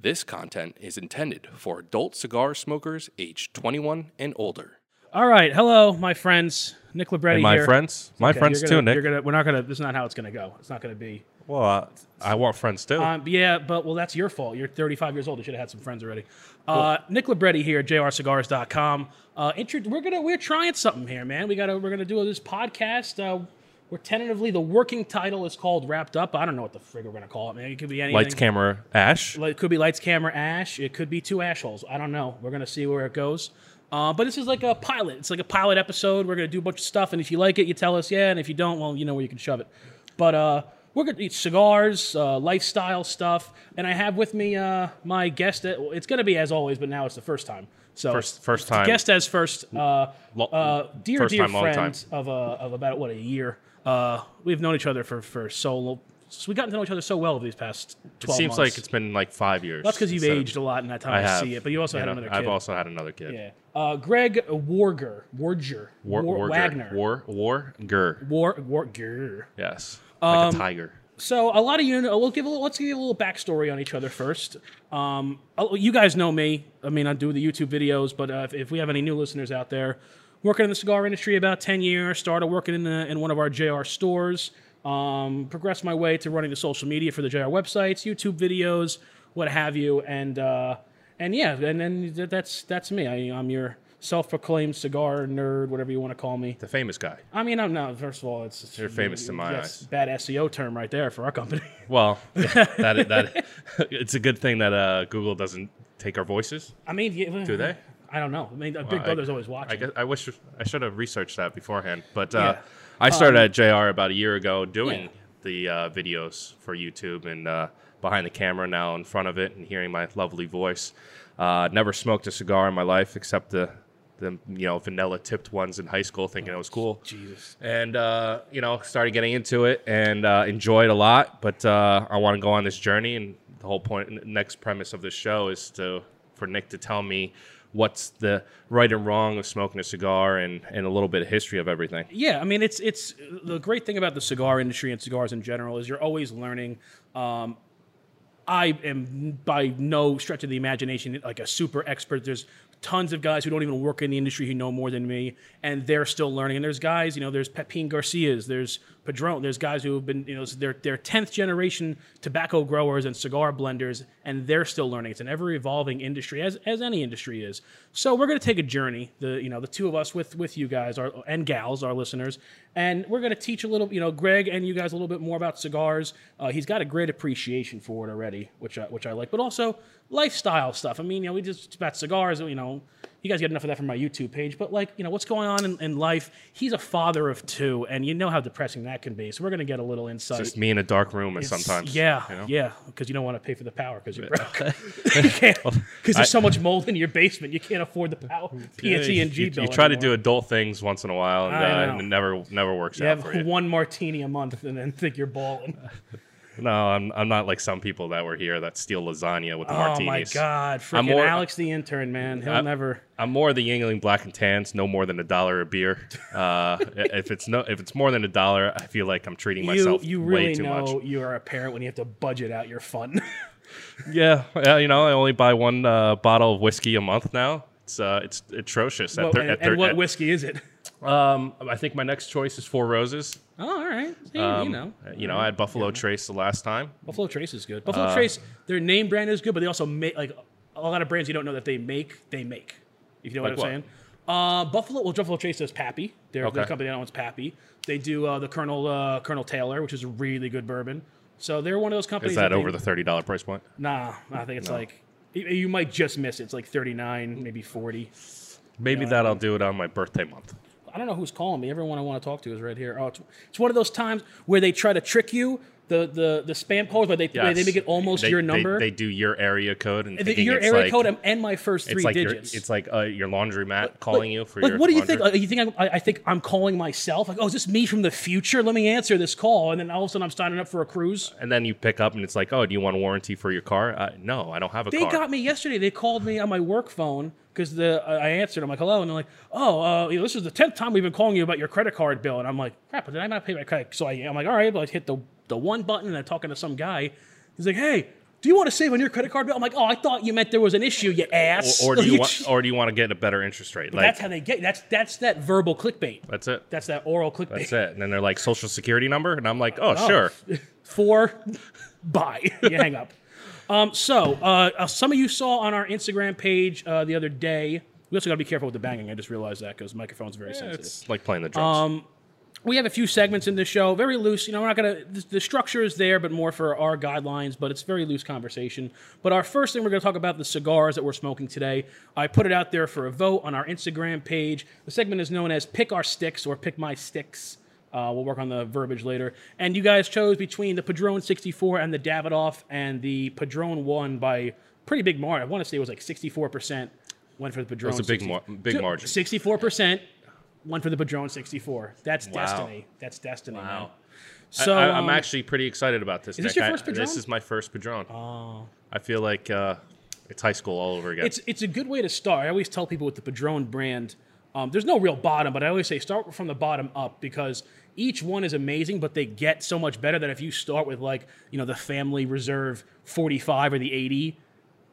This content is intended for adult cigar smokers aged 21 and older. All right, hello, my friends. Nick Libretti And my here. friends, my Okay, friends you're too, gonna- Nick. You're gonna, we're not gonna. This is not how it's gonna go. It's not gonna be. well, uh, I want friends too. Um, yeah, but well, that's your fault. You're 35 years old. You should have had some friends already. Uh, Nick Libretti here, jrcigars.com. Uh, intro, we're gonna we're trying something here, man. We gotta we're gonna do this podcast. Uh, we're tentatively the working title is called Wrapped Up. I don't know what the frig we're gonna call it, man. It could be anything. Lights, camera, ash. Like, It could be lights, camera, ash. It could be two ash holes. I don't know. We're gonna see where it goes. Uh, but this is like a pilot. It's like a pilot episode. We're gonna do a bunch of stuff, and if you like it, you tell us yeah, and if you don't, well, you know where you can shove it. But uh, we're gonna eat cigars, uh, lifestyle stuff, and I have with me uh, my guest. That, well, it's gonna be as always, but now it's the first time. So First- first time. Guest as first. Uh, Lo- uh, dear First dear time, long friend time. of a, of about what a year. Uh, we've known each other for for so long. So we've gotten to know each other so well over these past It twelve seems months. like it's been like five years. That's because you've instead of- aged a lot in that time. I I, have. see it, but you also had know, another kid. I've also had another kid. yeah. Uh, Greg Warger, Warger, War, war, Wagner, War, war, ger. War, Warger. Yes. Like Um, a tiger. So a lot of you know. We'll give a little, let's give you a little backstory on each other first. Um, oh, you guys know me. I mean, I do the YouTube videos, but uh, if, if we have any new listeners out there, working in the cigar industry about ten years, started working in the, in one of our JR stores. Um, progressed my way to running the social media for the JR websites, YouTube videos, what have you, and uh, and yeah, and then th- that's that's me. I, I'm your self-proclaimed cigar nerd, whatever you want to call me. The famous guy. I mean, I'm not. First of all, it's, it's You're famous in my that's eyes. Bad SEO term right there for our company. Well, that that it's a good thing that uh, Google doesn't take our voices. I mean, yeah, Do they? I don't know. I mean, uh, Big Brother's always watching. I guess I wish I should have researched that beforehand. But uh, Yeah. Um, I started at JR about a year ago doing Yeah. the uh, videos for YouTube and uh, behind the camera now in front of it and hearing my lovely voice. Uh, never smoked a cigar in my life except the the you know vanilla tipped ones in high school, thinking it was cool. Jesus. And uh, you know, started getting into it and uh, enjoyed a lot. But uh, I want to go on this journey, and the whole point, n- next premise of this show is to for Nick to tell me what's the right and wrong of smoking a cigar and and a little bit of history of everything. Yeah, I mean, it's it's the great thing about the cigar industry and cigars in general is you're always learning. Um, I am by no stretch of the imagination like a super expert. There's tons of guys who don't even work in the industry who know more than me, and they're still learning. And there's guys, you know, there's Pepin Garcias, there's Padron, there's guys who have been, you know, they're they're tenth generation tobacco growers and cigar blenders, and they're still learning. It's an ever evolving industry, as as any industry is. So we're gonna take a journey. The you know the two of us with with you guys our, and gals, our listeners, and we're gonna teach a little, you know, Greg and you guys a little bit more about cigars. Uh, he's got a great appreciation for it already, which I, which I like, but also lifestyle stuff. I mean, you know, we just it's about cigars. You know, you guys get enough of that from my YouTube page, but like, you know, what's going on in, in life? He's a father of two, and you know how depressing that can be. So we're gonna get a little insight. Just me in a dark room, and sometimes Yeah, you know? yeah, because you don't want to pay for the power because you're broke. Because there's so much mold in your basement, you can't afford the power. PNC and G You, bill. you try to anymore. do adult things once in a while, and, I uh, know. and it never never works You out for you. have one martini a month and then think you're balling. No, I'm I'm not like some people that were here that steal lasagna with the Oh martinis. my god, freaking I'm more- Alex the intern, man. He'll I- never. I'm more the Yingling Black and Tans, no more than a dollar a beer. Uh, if it's no, if it's more than a dollar, I feel like I'm treating You, myself you way really too know much. you are a parent when you have to budget out your fun. Yeah, yeah, you know, I only buy one uh, bottle of whiskey a month now. It's uh, it's atrocious. At Well, thir- and, at and thir- what at- whiskey is it? um, I think my next choice is Four Roses. Uh, Oh, all right. See, Um, you know, You know, I had Buffalo Trace the last time. Buffalo Trace is good. Uh, Buffalo Trace, their name brand is good, but they also make like a lot of brands you don't know that they make. They make. If you know Like what what? I'm saying. Uh, Buffalo, well, Buffalo Trace does Pappy. They're the Okay. company that owns Pappy. They do uh, the Colonel uh, Colonel Taylor, which is a really good bourbon. So they're one of those companies. Is that they- over the thirty dollar price point? Nah, I think it's like you- you might just miss it. It's like 39, maybe 40. Maybe that I'll do it on my birthday month. I don't know who's calling me. Everyone I want to talk to is right here. Oh, it's, it's one of those times where they try to trick you. The the the spam calls where they where they Yes. make it almost They- your they- number. They, do your area code and The- thinking your it's area like, code and- and my first three It's like your, digits. it's like uh, your laundromat calling you for like, your. what do you laundry. think? Like, you think I, I think I'm calling myself? Like, oh, is this me from the future? Let me answer this call, and then all of a sudden I'm signing up for a cruise. and then you pick up and it's like, oh, do you want a warranty for your car? Uh, no, I don't have a They car. got me yesterday. They called me on my work phone because the I I answered. I'm like, hello, and they're like, oh, uh, you know, this is the tenth time we've been calling you about your credit card bill, and I'm like, crap, but did I not pay my credit? So I, I'm like, all right, but I hit the the one button, and I'm talking to some guy. He's like, hey, do you want to save on your credit card bill? I'm like, oh, I thought you meant there was an issue, you ass. Or, or do you Like, want? Or do you want to get a better interest rate? But Like that's how they get. That's that's that verbal clickbait. that's it. That's that oral clickbait. That's it. And then they're like social security number, and I'm like, oh, sure. Four, bye. You hang up. Um, so uh, uh, some of you saw on our Instagram page uh, the other day. We also got to be careful with the banging. I just realized that because microphone's very sensitive. It's like playing the drums. Um, we have a few segments in this show, very loose. You know, we're not gonna. The, the structure is there, but more for our guidelines. But it's very loose conversation. But our first thing we're gonna talk about the cigars that we're smoking today. I put it out there for a vote on our Instagram page. The segment is known as "Pick Our Sticks" or "Pick My Sticks." Uh, we'll work on the verbiage later. And you guys chose between the Padron 64 and the Davidoff, and the Padron won by pretty big margin. I want to say it was like 64% went for the Padron. a big mar- big margin. 64%. One for the Padron 64. That's Wow. destiny. That's destiny. man. I- So I, am um, actually pretty excited about this. is this Nick. your I- first This Padron? is my first Padron. Oh. I feel like uh, it's high school all over again. It's it's a good way to start. I always tell people with the Padron brand, um, there's no real bottom, but I always say start from the bottom up because each one is amazing, but they get so much better that if you start with like you know the Family Reserve 45 or the 80,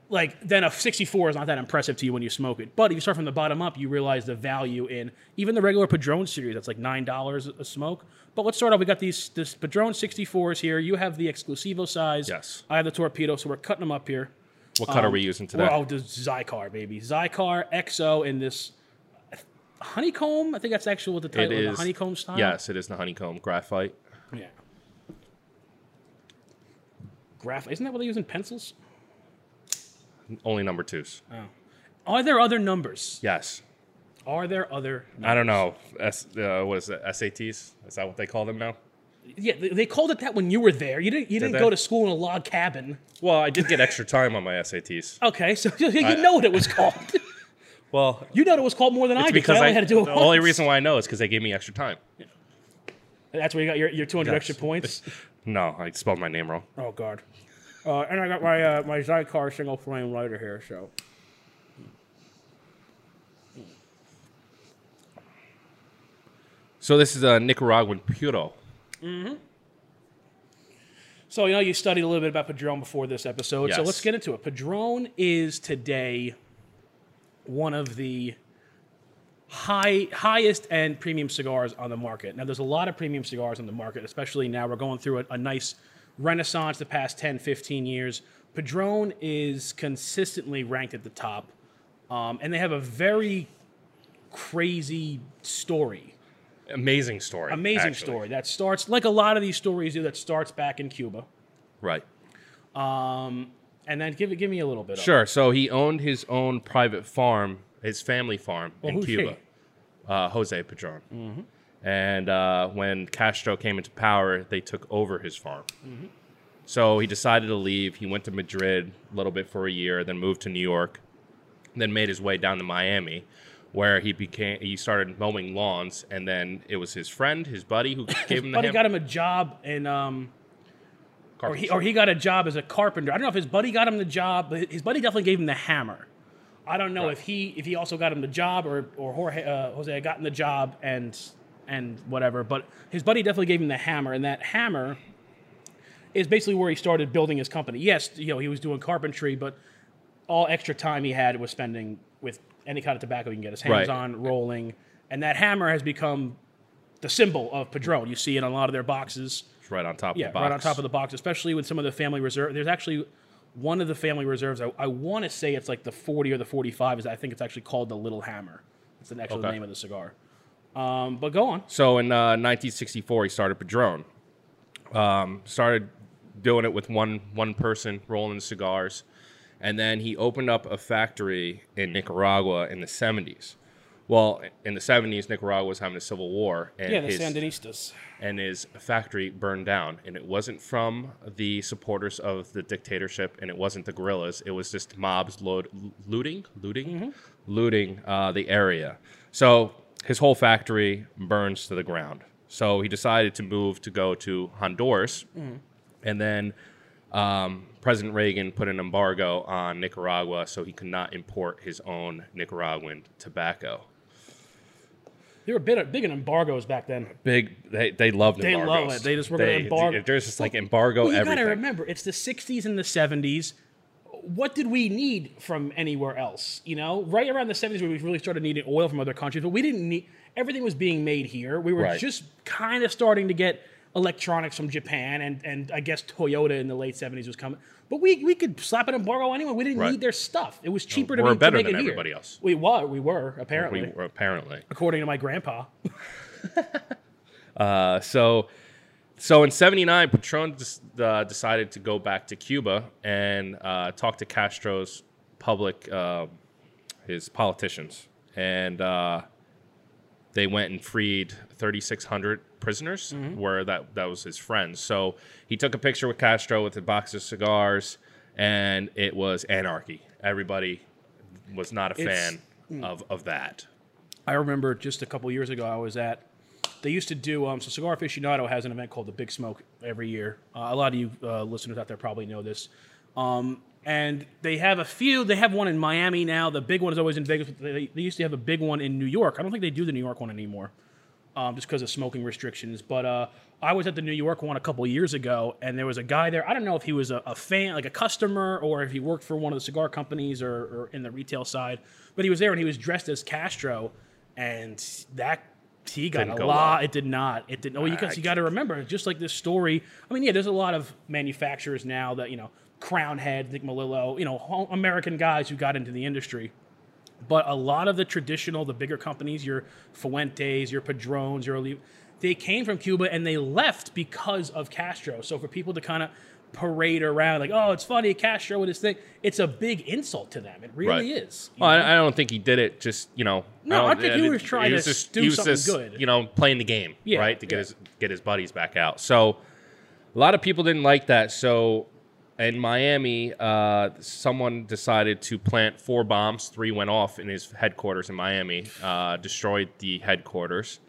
like then a 64 is not that impressive to you when you smoke it. But if you start from the bottom up, you realize the value in even the regular Padron series. That's like nine dollars a smoke. But let's start off. We got these this Padron 64s here. You have the Exclusivo size. Yes. I have the Torpedo, so we're cutting them up here. what cut are we using today? Well, oh, the Zycar, baby. Zycar, XO, and this honeycomb. I think that's actually what the it title is. The honeycomb style. Yes, it is the honeycomb graphite. Yeah. Graph. Isn't that what they use in pencils? Only number twos. Oh. Are there other numbers? Yes. Are there other? I don't know. S, uh, what is it? SATs? Is that what they call them now? Yeah, they, they called it that when you were there. You didn't. You didn't they? go to school in a log cabin. Well, I did get extra time on my SATs. Okay, so you know what it was called. Well, you know what it was called more than I did. 'cause because I only I, had to do it the only once. reason why I know is because they gave me extra time. That's where you got your, your 200 Yes. extra points. No, I spelled my name wrong. Oh God. Uh, and I got my uh, my Zycar single flame lighter here, so. So this is a Nicaraguan puro. So you know you studied a little bit about Padron before this episode, so Yes. let's get into it. Padron is today one of the high highest end premium cigars on the market. Now there's a lot of premium cigars on the market, especially now we're going through a, a nice renaissance the past 10, 15 years. Padron is consistently ranked at the top. Um, and they have a very crazy story Amazing story. amazing actually. story that starts like a lot of these stories do that starts back in cuba Um, Right. and then give it give me a little bit of Sure. So he owned his own private farm, his family farm in who's he? Cuba. Uh, Jose Padron. And uh, when Castro came into power, they took over his farm. So he decided to leave. He went to Madrid a little bit for a year, then moved to New York, then made his way down to Miami, where he became he started mowing lawns. And then it was his friend, his buddy, who gave him the but he ham- got him a job in um or he, carpentry. or he got a job as a carpenter i don't know if his buddy got him the job but his buddy definitely gave him the hammer i don't know if he if he also got him the job or or jorge uh, jose had gotten the job and and whatever but his buddy definitely gave him the hammer and that hammer is basically where he started building his company yes you know he was doing carpentry but all extra time he had was spending with any kind of tobacco he can get his hands Right. on, rolling. And that hammer has become the symbol of Padron. You see it on a lot of their boxes. right on top Yeah, of the box. right on top of the box, especially with some of the family reserve. There's actually one of the family reserves. I, I want to say it's like the 40 or the 45. Is I think it's actually called the Little Hammer. It's the actual Okay. name of the cigar. Um, but go on. So in uh, 1964, he started Padron. Um, started doing it with one one person rolling cigars, and then he opened up a factory in Nicaragua in the 70s. Well, in the 70s, Nicaragua was having a civil war, and Yeah, the his Sandinistas. and his factory burned down. And it wasn't from the supporters of the dictatorship, and it wasn't the guerrillas. It was just mobs load, looting, looting, looting uh, the area. So his whole factory burns to the ground. So he decided to move to go to Honduras, and then um, President Reagan put an embargo on Nicaragua, so he could not import his own Nicaraguan tobacco. They were big, big in embargoes back then. Big, they, they loved They love embargoes. it. They just were gonna embargo- There's just like embargo Well, you everything. gotta remember, it's the '60s and the '70s. What did we need from anywhere else? You know, right around the '70s, where we really started needing oil from other countries, but we didn't need everything was being made here. We were Right. just kind of starting to get electronics from Japan, and and I guess Toyota in the late '70s was coming. But we we could slap an embargo anyway. We didn't Right. need their stuff. It was cheaper to, we're make, better to make than it here. everybody else. We were, we were apparently, We were apparently. according to my grandpa. Uh, so, so in '79, Patron des- uh, decided to go back to Cuba and uh, talk to Castro's public, uh, his politicians, and uh, they went and freed 3,600 prisoners, where that that was his friends. So he took a picture with Castro with a box of cigars, and it was anarchy. Everybody was not a It's- fan of of that. I remember just a couple years ago, I was at. They used to do um, so. Cigar Aficionado has an event called the Big Smoke every year. Uh, a lot of you uh, listeners out there probably know this. Um, and they have a few. They have one in Miami now. The big one is always in Vegas. But they, they used to have a big one in New York. I don't think they do the New York one anymore, um, just because of smoking restrictions. But uh, I was at the New York one a couple years ago, and there was a guy there. I don't know if he was a, a fan, like a customer, or if he worked for one of the cigar companies or, or in the retail side. But he was there, and he was dressed as Castro and that he got Didn't a go lot. well. It did not. It did. Oh, you guys, you I- got to remember, just like this story. I mean, yeah, there's a lot of manufacturers now that you know, Crown Head, Nick Melillo, you know, ho- American guys who got into the industry. But a lot of the traditional, the bigger companies, your Fuentes, your Padrones, your Oli- they came from Cuba and they left because of Castro. So for people to kind of parade around like, oh, it's funny Castro with his thing, it's a big insult to them. It really Right. is. Well, I, I don't think he did it. Just you know, No, I don't- think he was trying to do something good. You know, playing the game, Yeah, right, to get yeah. his get his buddies back out. So a lot of people didn't like that. So in Miami, uh, someone decided to plant four bombs. Three went off in his headquarters in Miami, uh, destroyed the headquarters.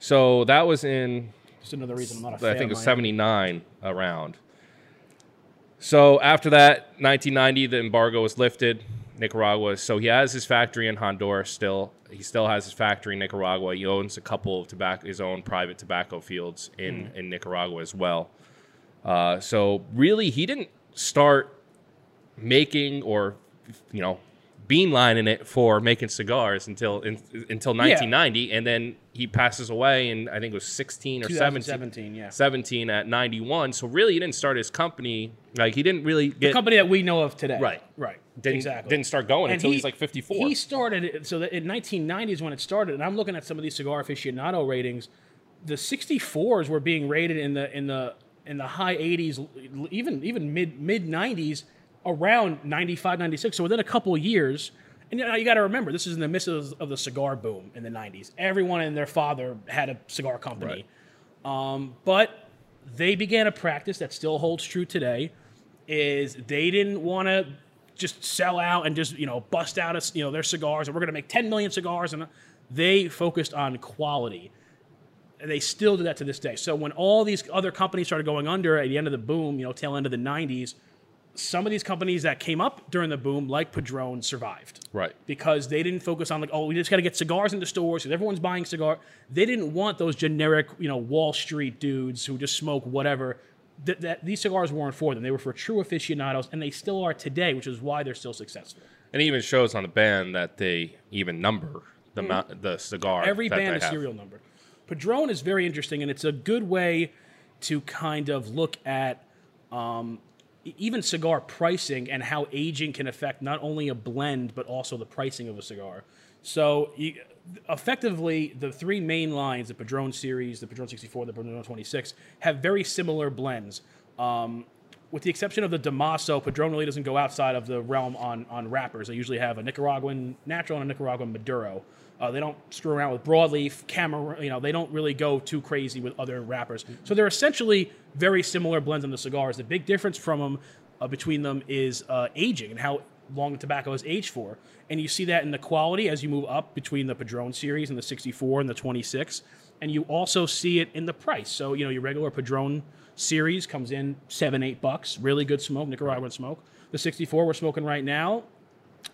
So that was in Just another reason I'm not a fan. I think it was Miami. 79 around. So after that, 1990, the embargo was lifted. Nicaragua. So he has his factory in Honduras still. He still has his factory in Nicaragua. He owns a couple of tobacco, his own private tobacco fields in, in Nicaragua as well. Uh, so really, he didn't start making or, you know, beanlining it for making cigars until in, until 1990, and then he passes away in I think it was 16 or 17. 2017, yeah. 17 at 91. So really, he didn't start his company. Like he didn't really get company that we know of today. Right. Right. didn't, exactly. didn't start going And until he- he's like 54. He started it, so that in 1990 is when it started, and I'm looking at some of these cigar aficionado ratings. The 64s were being rated in the in the in the high 80s, l- even even mid mid 90s, around 95, 96. So within a couple of years. And you, know, you got to remember, this is in the midst of, of the cigar boom in the '90s. Everyone and their father had a cigar company. Um, but they began a practice that still holds true today. Is they didn't want to just sell out and just you know bust out us you know their cigars and we're going to make 10 million cigars and they focused on quality. And they still do that to this day. So when all these other companies started going under at the end of the boom, you know, tail end of the 90s, some of these companies that came up during the boom, like Padron, survived right. because they didn't focus on like, oh, we just got to get cigars into stores because everyone's buying cigar. They didn't want those generic, you know, Wall Street dudes who just smoke whatever. That, that these cigars weren't for them. They were for true aficionados, and they still are today, which is why they're still successful. And it even shows on the band that they even number the amount the cigar. Hmm. Every that band they is have. serial numbered. Padron is very interesting, and it's a good way to kind of look at um, e- even cigar pricing and how aging can affect not only a blend but also the pricing of a cigar. So, you, effectively, the three main lines, the Padron series, the Padron 64, the Padron 26, have very similar blends. Um, with the exception of the Damaso, Padron really doesn't go outside of the realm on, on wrappers. They usually have a Nicaraguan natural and a Nicaraguan Maduro. Uh, they don't screw around with broadleaf, Cameroon. You know, they don't really go too crazy with other wrappers. So they're essentially very similar blends on the cigars. The big difference from them uh, between them is uh, aging and how long the tobacco is aged for. And you see that in the quality as you move up between the Padron series and the 64 and the 26. And you also see it in the price. So, you know, your regular Padron series comes in seven, eight bucks. Really good smoke, Nicaraguan smoke. The 64 we're smoking right now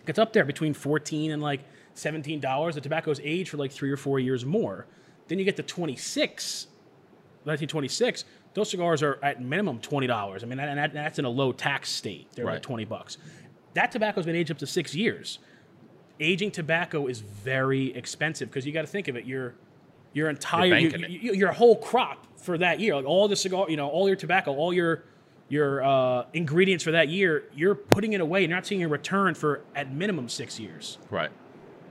gets up there between 14 and like seventeen dollars. The tobacco's aged for like three or four years more. Then you get to twenty six, nineteen twenty six. Those cigars are at minimum twenty dollars. I mean, and that, that's in a low tax state. They're Right. like twenty bucks. That tobacco's been aged up to six years. Aging tobacco is very expensive because you got to think of it. Your your entire banking your, it. your, your whole crop for that year, like all the cigar, you know, all your tobacco, all your your uh, ingredients for that year, you're putting it away. You're not seeing a return for at minimum six years. Right.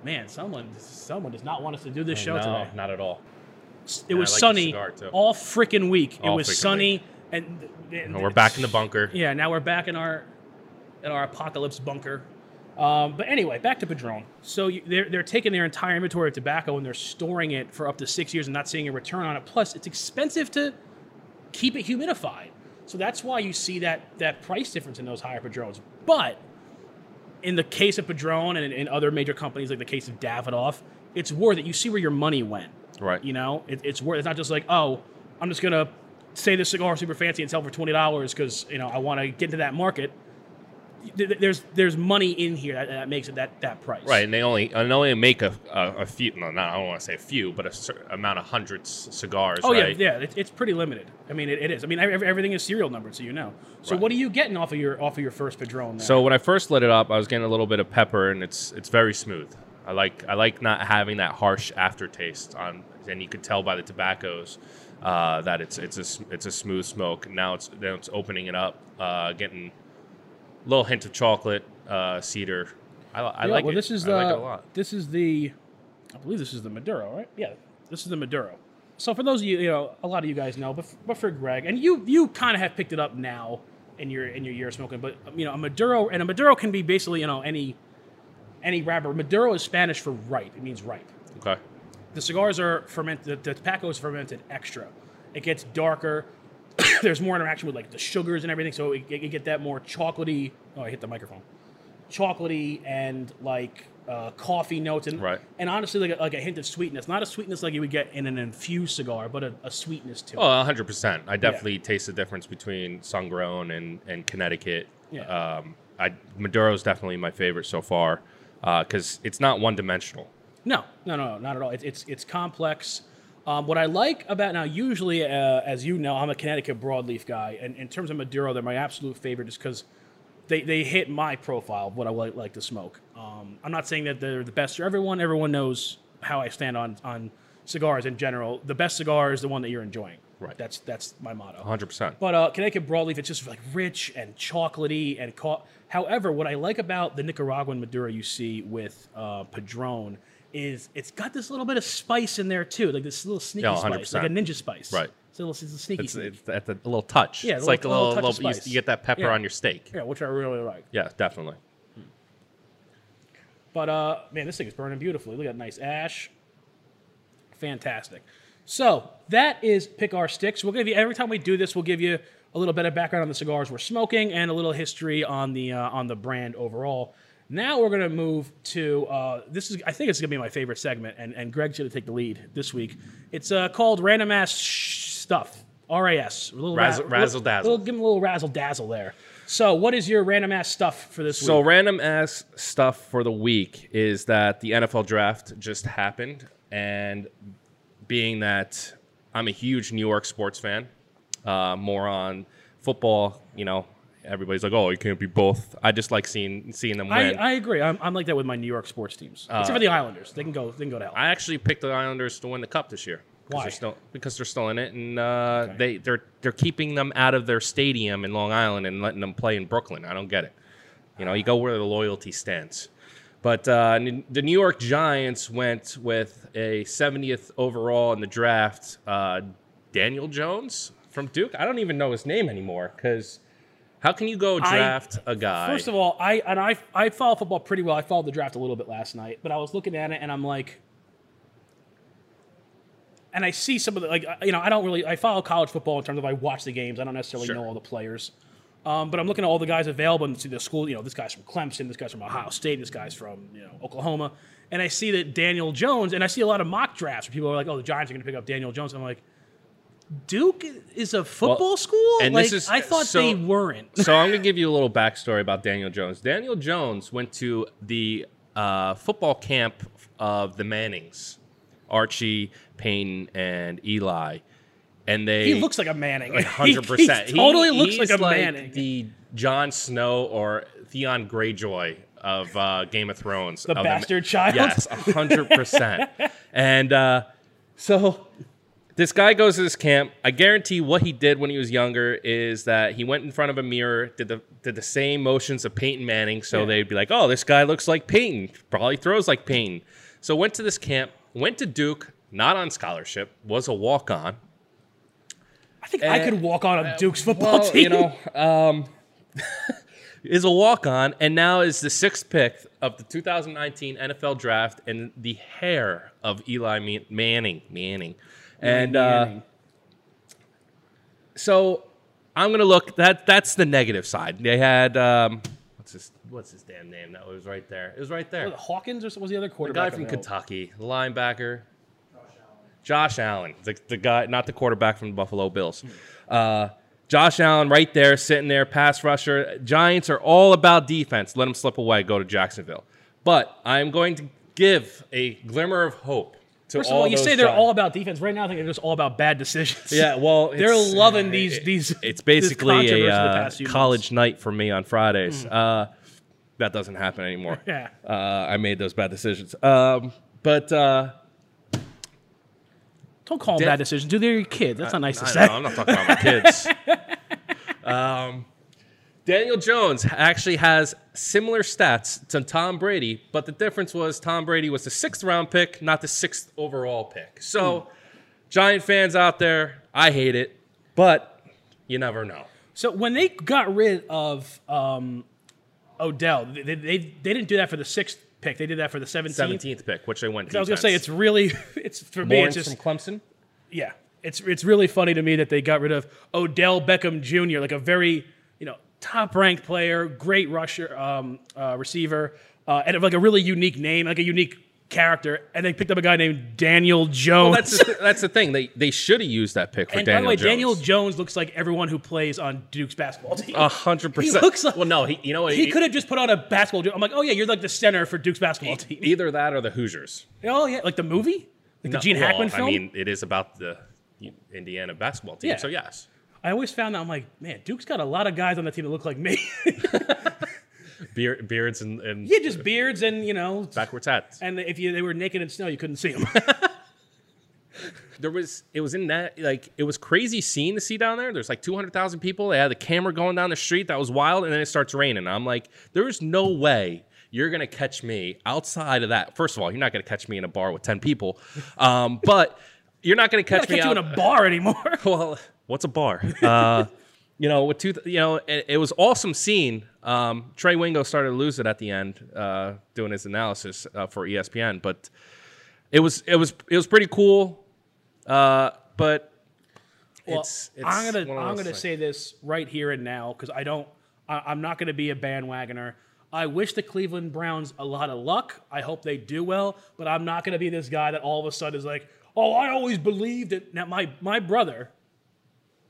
Man, someone someone does not want us to do this show no, today. not at all. It was I like the sunny cigar, too. all freaking week. All it was frickin' sunny, and, and No, we're back in the bunker. yeah, now we're back in our in our apocalypse bunker. Um, but anyway, back to Padron. So you, they're they're taking their entire inventory of tobacco and they're storing it for up to six years and not seeing a return on it. Plus, it's expensive to keep it humidified. So that's why you see that that price difference in those higher Padrones. But in the case of Padron and in, in other major companies, like the case of Davidoff, it's worth it. You see where your money went. Right. You know, it, it's worth. It's not just like, oh, I'm just gonna say this cigar is super fancy and sell for twenty dollars because you know I want to get into that market. Th- th- There's there's money in here that, that makes it that that price. Right, and they only and they only make a, a, a few. No, not I don't want to say a few, but a certain amount of hundreds cigars. Oh right? yeah, yeah. It, it's pretty limited. I mean, it, it is. I mean, ev- everything is serial numbered, so you know. So Right. what are you getting off of your off of your first Padron? There? So when I first lit it up, I was getting a little bit of pepper, and it's it's very smooth. I like I like not having that harsh aftertaste on, and you could tell by the tobaccos uh, that it's it's a s- it's a smooth smoke. Now it's now it's opening it up, uh, getting a little hint of chocolate, uh, cedar. I, li- I Yeah, like well, it. this is uh, I the like it a lot. this is the I believe this is the Maduro, right? Yeah, this is the Maduro. So for those of you, you know, a lot of you guys know, but f- but for Greg and you, you kind of have picked it up now in your in your year of smoking. But um, you know, a Maduro and a Maduro can be basically you know any any wrapper. Maduro is Spanish for ripe. It means ripe. Okay, The cigars are fermented. The, the tobacco is fermented extra. It gets darker. There's more interaction with like the sugars and everything, so it, it, you get that more chocolatey. Oh, I hit the microphone. Chocolatey and like uh, coffee notes and Right. and honestly like a, like a hint of sweetness. Not a sweetness like you would get in an infused cigar, but a, a sweetness to it. oh, hundred percent. I definitely taste the difference between Sungrown and and Connecticut. Yeah. Um, I Maduro's definitely my favorite so far because it's not one dimensional. No, no, no, no, not at all. It's it's, it's complex. Um, what I like about now, usually, uh, as you know, I'm a Connecticut broadleaf guy, and in terms of Maduro, they're my absolute favorite, just because they, they hit my profile of what I like, like to smoke. Um, I'm not saying that they're the best for everyone. Everyone knows how I stand on on cigars in general. The best cigar is the one that you're enjoying. Right. That's that's my motto. hundred percent. But uh, Connecticut broadleaf, it's just like rich and chocolatey and co- However, what I like about the Nicaraguan Maduro you see with uh, Padron is it's got this little bit of spice in there too, like this little sneaky Yeah, spice, like a 100%. ninja spice. Right. It's a little, it's a sneaky. It's, sneak. it's at the a little touch. Yeah, it's a like a little- little, little touch of little, you, spice. you get that pepper Yeah. on your steak. Yeah, yeah, which I really like. definitely. But uh, man, this thing is burning beautifully. Look at that nice ash. Fantastic. So that is pick our sticks. We'll give you every time we do this, we'll give you a little bit of background on the cigars we're smoking and a little history on the uh, on the brand overall. Now we're gonna move to uh, this is I think it's gonna be my favorite segment, and and Greg's gonna take the lead this week. It's uh, called random ass sh- stuff. RAS. A little Razzle- razzle dazzle. We'll give him a little razzle dazzle there. So what is your random ass stuff for this So week? random ass stuff for the week is that the NFL draft just happened, and being that I'm a huge New York sports fan, uh, more on football. You know, everybody's like, "Oh, you can't be both." I just like seeing seeing them I, win. I agree. I'm, I'm like that with my New York sports teams, except for the Islanders. They can go. They can go to hell. I actually picked the Islanders to win the cup this year. 'Cause Why? They're still, because they're still in it, and uh, they they're they're keeping them out of their stadium in Long Island and letting them play in Brooklyn. I don't get it. You know, you go where the loyalty stands. But uh, n- the New York Giants went with a 70th overall in the draft, uh, Daniel Jones from Duke. I don't even know his name anymore because how can you go draft a guy? First of all, I and I I follow football pretty well. I followed the draft a little bit last night, but I was looking at it and I'm like, and I see some of the like you know I don't really I follow college football in terms of I watch the games. I don't necessarily Sure. know all the players, um, but I'm looking at all the guys available and see the school. You know, this guy's from Clemson, this guy's from Ohio State, this guy's from you know Oklahoma, and I see that Daniel Jones, and I see a lot of mock drafts where people are like, oh, the Giants are going to pick up Daniel Jones. I'm like. Duke is a football school. and like, this is- I thought so- they weren't. so I'm gonna give you a little backstory about Daniel Jones. Daniel Jones went to the uh, football camp of the Mannings, Archie, Payton, and Eli, and they He looks like a Manning. like hundred percent. He, totally looks like a Manning. The John Snow or Theon Greyjoy of uh, Game of Thrones. The bastard child? Yes, hundred percent. And uh, so this guy goes to this camp. I guarantee what he did when he was younger is that he went in front of a mirror, did the did the same motions of Peyton Manning. So Yeah. they'd be like, "Oh, this guy looks like Peyton. Probably throws like Peyton." So went to this camp. Went to Duke, not on scholarship, was a walk on. I think I could walk on a Duke's football Eh, Well, team. you know, um, is a walk on, and now is the sixth pick of the 2019 NFL Draft, and the hair of Eli Man- Manning, Manning, and Uh, so I'm gonna look. That that's the negative side. They had um, what's his what's his damn name? That was right there. It was right there. Hawkins or so- was the other The quarterback? guy from available? Kentucky, the linebacker. Josh Allen, the, the guy, not the quarterback from the Buffalo Hmm. Bills. Uh, Josh Allen, right there, sitting there, pass rusher. Giants are all about defense. Let them slip away, go to Jacksonville. But I'm going to give a glimmer of hope to First of all. all, you those say they're Giants. all about defense. Right now, I think they're just all about bad decisions. Yeah, well, They're it's- loving these- it- these- It's this basically controversy a the uh, past few months. Hmm. college night for me on Fridays. Uh, that doesn't happen anymore. Yeah. uh, I made those bad decisions. Um, but uh, Don't call them Def- bad decisions. Do they're your kid. That's not nice to I say. know, I'm not talking about my kids. um, Daniel Jones actually has similar stats to Tom Brady, but the difference was Tom Brady was the sixth round pick, not the sixth overall pick. So, Hmm. Giant fans out there, I hate it, but you never know. So when they got rid of um, Odell, they, they, they didn't do that for the sixth pick. They did that for the 17th. 17th pick, which I went to. I was gonna say it's really it's for me Lawrence it's just from Clemson. yeah it's it's really funny to me that they got rid of Odell Beckham Jr. like a very you know top ranked player great rusher um, uh, receiver uh, and like a really unique name like a unique character and they picked up a guy named Daniel Jones. Well, that's the, that's the thing. They they should have used that pick for and Daniel by the way, Jones. Daniel Jones looks like everyone who plays on Duke's basketball team. a hundred he percent. looks like well, no, he, you know what? he could have just put on a basketball. Ju- I'm like, oh yeah, you're like the center for Duke's basketball team. either that or the Hoosiers. Oh yeah, like the movie, like the No, Gene well, Hackman film. I mean, it is about the Indiana basketball team. Yeah. So yes, I always found that I'm like, man, Duke's got a lot of guys on the team that look like me. Beer, beards and, and yeah, just beards and you know, backwards hats. and if you, they were naked in snow, you couldn't see them. There was it was in that like it was crazy scene to see down there. There's like two hundred thousand people. They had the camera going down the street. That was wild. And then it starts raining. I'm like, there's no way. You're gonna catch me outside of that. First of all, you're not gonna catch me in a bar with ten people, um, but you're not gonna I catch can't me you in out. a bar anymore. well, what's a bar? Uh, you know, with two, you know, it, it was awesome scene. Um, Trey Wingo started to lose it at the end, uh, doing his analysis uh, for ESPN, but it was it was it was pretty cool. Uh, but Well, it's, it's I'm gonna one of I'm those gonna things. say this right here and now because I don't I, I'm not gonna be a bandwagoner. I wish the Cleveland Browns a lot of luck. I hope they do well, but I'm not gonna be this guy that all of a sudden is like, oh, I always believed it. Now my my brother,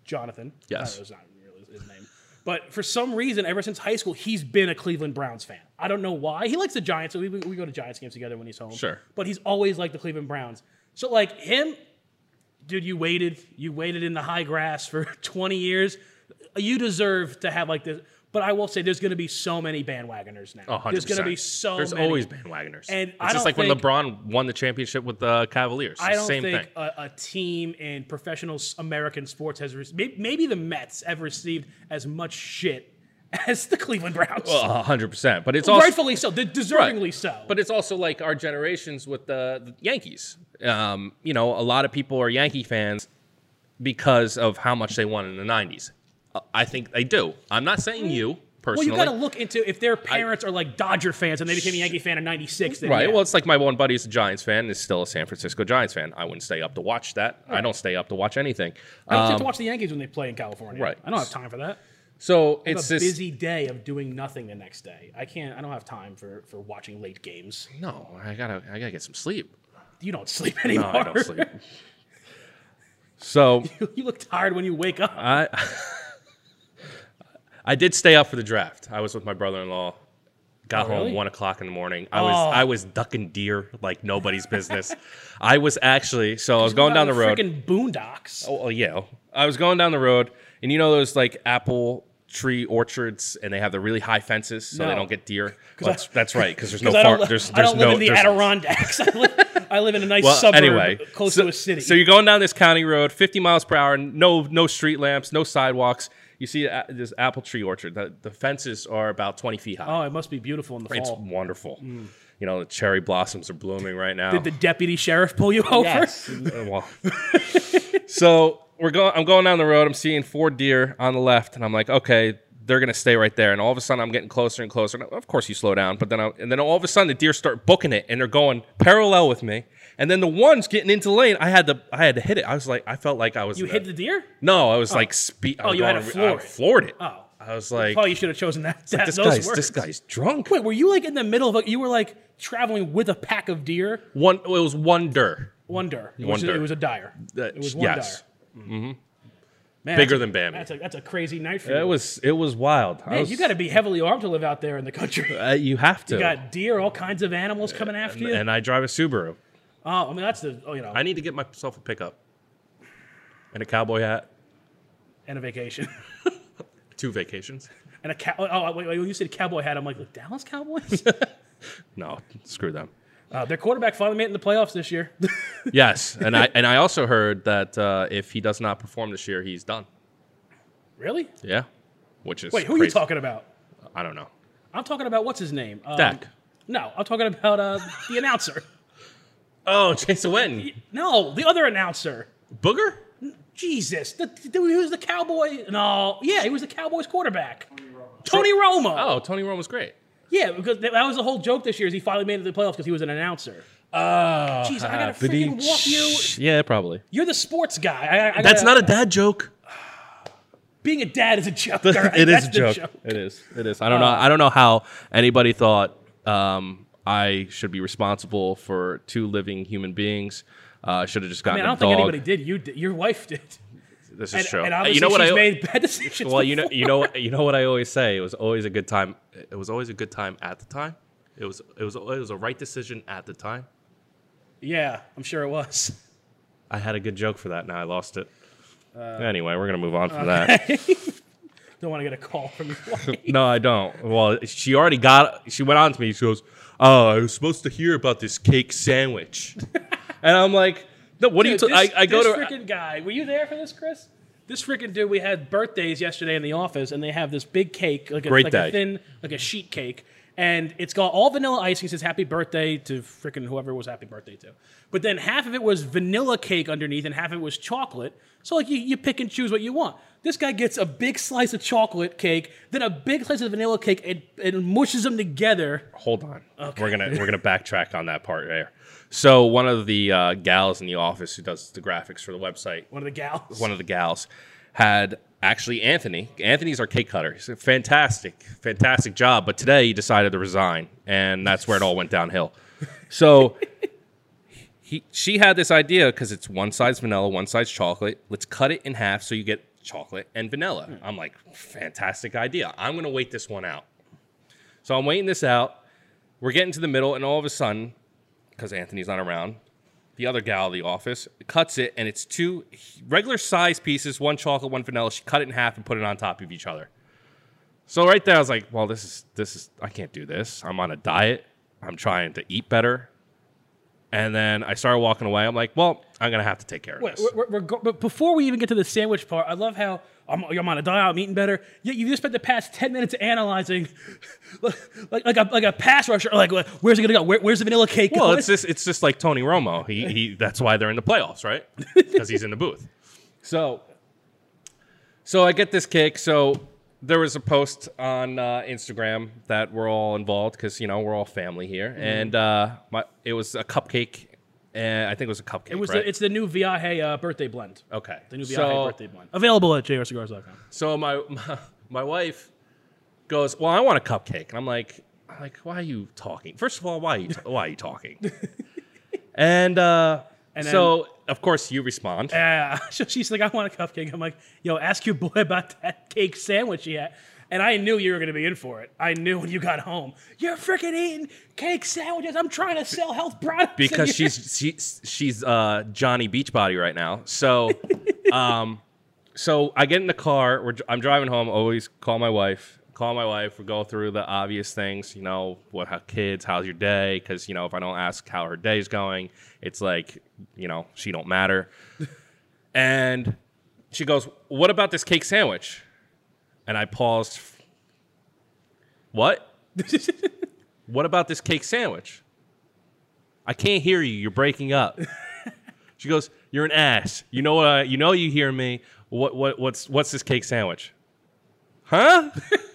Jonathan. Yes. uh, it's not really his name. But for some reason, ever since high school, he's been a Cleveland Browns fan. I don't know why. He likes the Giants. So we, we we go to Giants games together when he's home. Sure. But he's always liked the Cleveland Browns. So, like, him, dude, you waited, you waited in the high grass for 20 years. You deserve to have like this. But I will say, there's going to be so many bandwagoners now. A hundred There's going to be percent. so There's many. always bandwagoners, And it's I just don't like when think- LeBron won the championship with the Cavaliers. I don't Same think thing. a, a team in professional s- American sports has re- may- maybe the Mets have received as much shit as the Cleveland Browns. A hundred percent, but it's also Rightfully so, de- deservingly Right. so. But it's also like our generations with the, the Yankees. Um, you know, a lot of people are Yankee fans because of how much they won in the '90s. Uh, I think they do. I'm not saying you well, personally. you got to look into if their parents are like Dodger fans and they became a Yankee fan in '96. Then Right. yeah. Well, it's like my one buddy is a Giants fan. Is still a San Francisco Giants fan. I wouldn't stay up to watch that. I don't stay up to watch anything. I just Um, have to watch the Yankees when they play in California. right. I don't have time for that. so A it's this. busy day of doing nothing the next day. I can't. I don't have time for for watching late games. No, I gotta. I gotta get some sleep. You don't sleep anymore. No, I don't sleep. So you look tired when you wake up. I I did stay up for the draft. I was with my brother in law. Got home really? one o'clock in the morning. I Oh. was I was ducking deer like nobody's business. I was actually so I was going down the road. Freaking boondocks. Oh, oh, yeah. I was going down the road, and you know those like apple tree orchards, and they have the really high fences, so they No. don't get deer. That's that's right, because there's no 'Cause I don't, farm. li- There's, there's I don't no, live in the there's- Adirondacks. I, live, I live in a nice Well, suburb anyway, close so, to a city. So you're going down this county road, 50 miles per hour, no no street lamps, no sidewalks. You see a, this apple tree orchard. The, the fences are about 20 feet high. oh, it must be beautiful in the it's fall. wonderful. You know the cherry blossoms are blooming right now. Did the deputy sheriff pull you over? Uh, well. so we're going. I'm going down the road. I'm seeing four deer on the left, and I'm like, okay, they're gonna stay right there. And all of a sudden, I'm getting closer and closer. And of course, you slow down, but then I, and then all of a sudden, the deer start booking it, and they're going parallel with me. And then the ones getting into lane, I had to, I had to hit it. I was like, I felt like I was. You hit the deer? No, I was like, speed. Oh, you had to floor I it. floored it. Oh. I was like, Probably you should have chosen that. that this those guy's, words. this guy's drunk. Wait, were you like in the middle of a, you were like traveling with a pack of deer? One, it was one deer. Wonder. It One was, deer. It was a dire. Uh, It was one yes. dire. Man, Bigger that's a- than Bambi. That's a, that's a crazy night for It you. was, it was wild. I Man, was- you got to be heavily armed to live out there in the country. Uh, you have to. You got deer, all kinds of animals coming after you. and I drive a Subaru. oh, I mean that's the oh, you know, I need to get myself a pickup and a cowboy hat. and a vacation. Two vacations. And a cow. Oh, wait, wait, when you said cowboy hat, I'm like the Dallas Cowboys. No, screw them. uh, their quarterback finally made it in the playoffs this year. Yes, and I and I also heard that uh, if he does not perform this year, he's done. really? Yeah, which is Wait, who are you crazy. talking about? I don't know. I'm talking about what's his name? Um, Dak. No, I'm talking about uh, the announcer. Oh, Jason Witten, No, the other announcer. Booger. Jesus, the, the, he was the Cowboy. No, yeah, he was the Cowboys quarterback. Tony Romo. Oh, Tony Romo was great. Yeah, because that that was the whole joke this year is he finally made it to the playoffs because he was an announcer. Oh, Jeez, I gotta freaking walk you. Yeah, probably. You're the sports guy. I, I gotta- That's not a dad joke. being a dad is a joke. Um, all right? it is That's a the joke. It is. It is. I don't know. I don't know how anybody thought um, I should be responsible for two living human beings. Uh, I should have just I gotten mean, I don't a dog. think anybody did. You did. Your wife did. This is And, true. and Uh, obviously you know what she's I? made bad decisions. well, you know, before. you know, you know what I always say. It was always a good time. It was always a good time at the time. It was. It was. It was a right decision at the time. Yeah, I'm sure it was. I had a good joke for that. Now I lost it. Uh, anyway, we're gonna move on from that. Don't want to get a call from your wife. No, I don't. Well, she already got. She went on to me. She goes, "Oh, I was supposed to hear about this cake sandwich," and I'm like, "No, what Dude, are you? this, ta- I I go this to. freaking guy. Were you there for this, Chris? This freaking dude. We had birthdays yesterday in the office, and they have this big cake, like a, Great like day. a thin, like a sheet cake, and it's got all vanilla icing. It Says happy birthday to freaking whoever it was happy birthday to. But then half of it was vanilla cake underneath, and half of it was chocolate. So like you, you pick and choose what you want. This guy gets a big slice of chocolate cake, then a big slice of vanilla cake, and, and mushes them together. hold on. We're gonna we're gonna backtrack on that part there. So one of the uh, gals in the office who does the graphics for the website, One of the gals. one of the gals, had actually Anthony. Anthony's our cake cutter. He's a fantastic, fantastic job. But today he decided to resign, and that's where it all went downhill. So. He, she had this idea because it's one side's vanilla, one side's chocolate. Let's cut it in half so you get chocolate and vanilla. I'm like, fantastic idea. I'm gonna wait this one out. So I'm waiting this out. We're getting to the middle, and all of a sudden, because Anthony's not around, the other gal of the office cuts it, and it's two regular size pieces one chocolate, one vanilla. She cut it in half and put it on top of each other. So right there, I was like, well, this is, this is, I can't do this. I'm on a diet. I'm trying to eat better. And then I started walking away. I'm like, well, I'm going to have to take care of Wait, this. we're, we're go- but before we even get to the sandwich part, I love how I'm, I'm on a diet, I'm eating better. Yet you just spent the past ten minutes analyzing, like like a like a pass rusher. Like where's it gonna go? Where, where's the vanilla cake? Well, going? it's just it's just like Tony Romo. He he. That's why they're in the playoffs, right? Because he's in the booth. So, so I get this cake. So there was a post on uh, Instagram that we're all involved because you know we're all family here, Mm-hmm. and uh, my it was a cupcake. And I think it was a cupcake. it was right? the, it's the new Viaje uh, birthday blend. okay. The new Viaje so, birthday blend available at jrcigars.com. so my, my my wife goes, "Well, I want a cupcake," and I'm like, I'm "Like, why are you talking? First of all, why are you why are you talking?" and uh, And so of course you respond. Yeah, so she's like, I want a cupcake. I'm like, yo, ask your boy about that cake sandwich he had. And I knew you were going to be in for it. I knew when you got home, you're freaking eating cake sandwiches. I'm trying to sell health products. and because you're- she's she's she's uh, Johnny Beachbody right now. So, um, so I get in the car. We're, dr- I'm driving home. oh, Always call my wife. Call my wife. We go through the obvious things. You know, what? How kids? How's your day? Because you know, if I don't ask how her day's going, it's like you know she don't matter. and she goes, "What about this cake sandwich?" And I paused. What? what about this cake sandwich? I can't hear you. You're breaking up. she goes, "You're an ass. You know what? you know you hear me. What? What? What's? What's this cake sandwich? Huh?"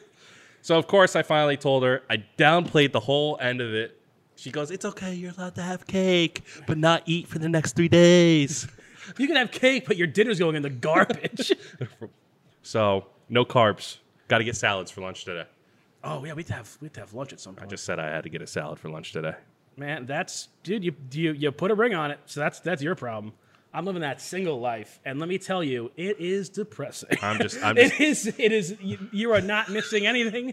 so of course I finally told her. I downplayed the whole end of it. She goes, "It's okay. You're allowed to have cake, but not eat for the next three days." you can have cake, but your dinner's going in the garbage. So no carbs. Got to get salads for lunch today. oh yeah, we'd have we'd have lunch at some point. Just said I had to get a salad for lunch today. Man, that's dude. You you you put a ring on it, so that's that's your problem. I'm living that single life, and let me tell you, it is depressing. I'm just. I'm just It is. It is. You, you are not missing anything.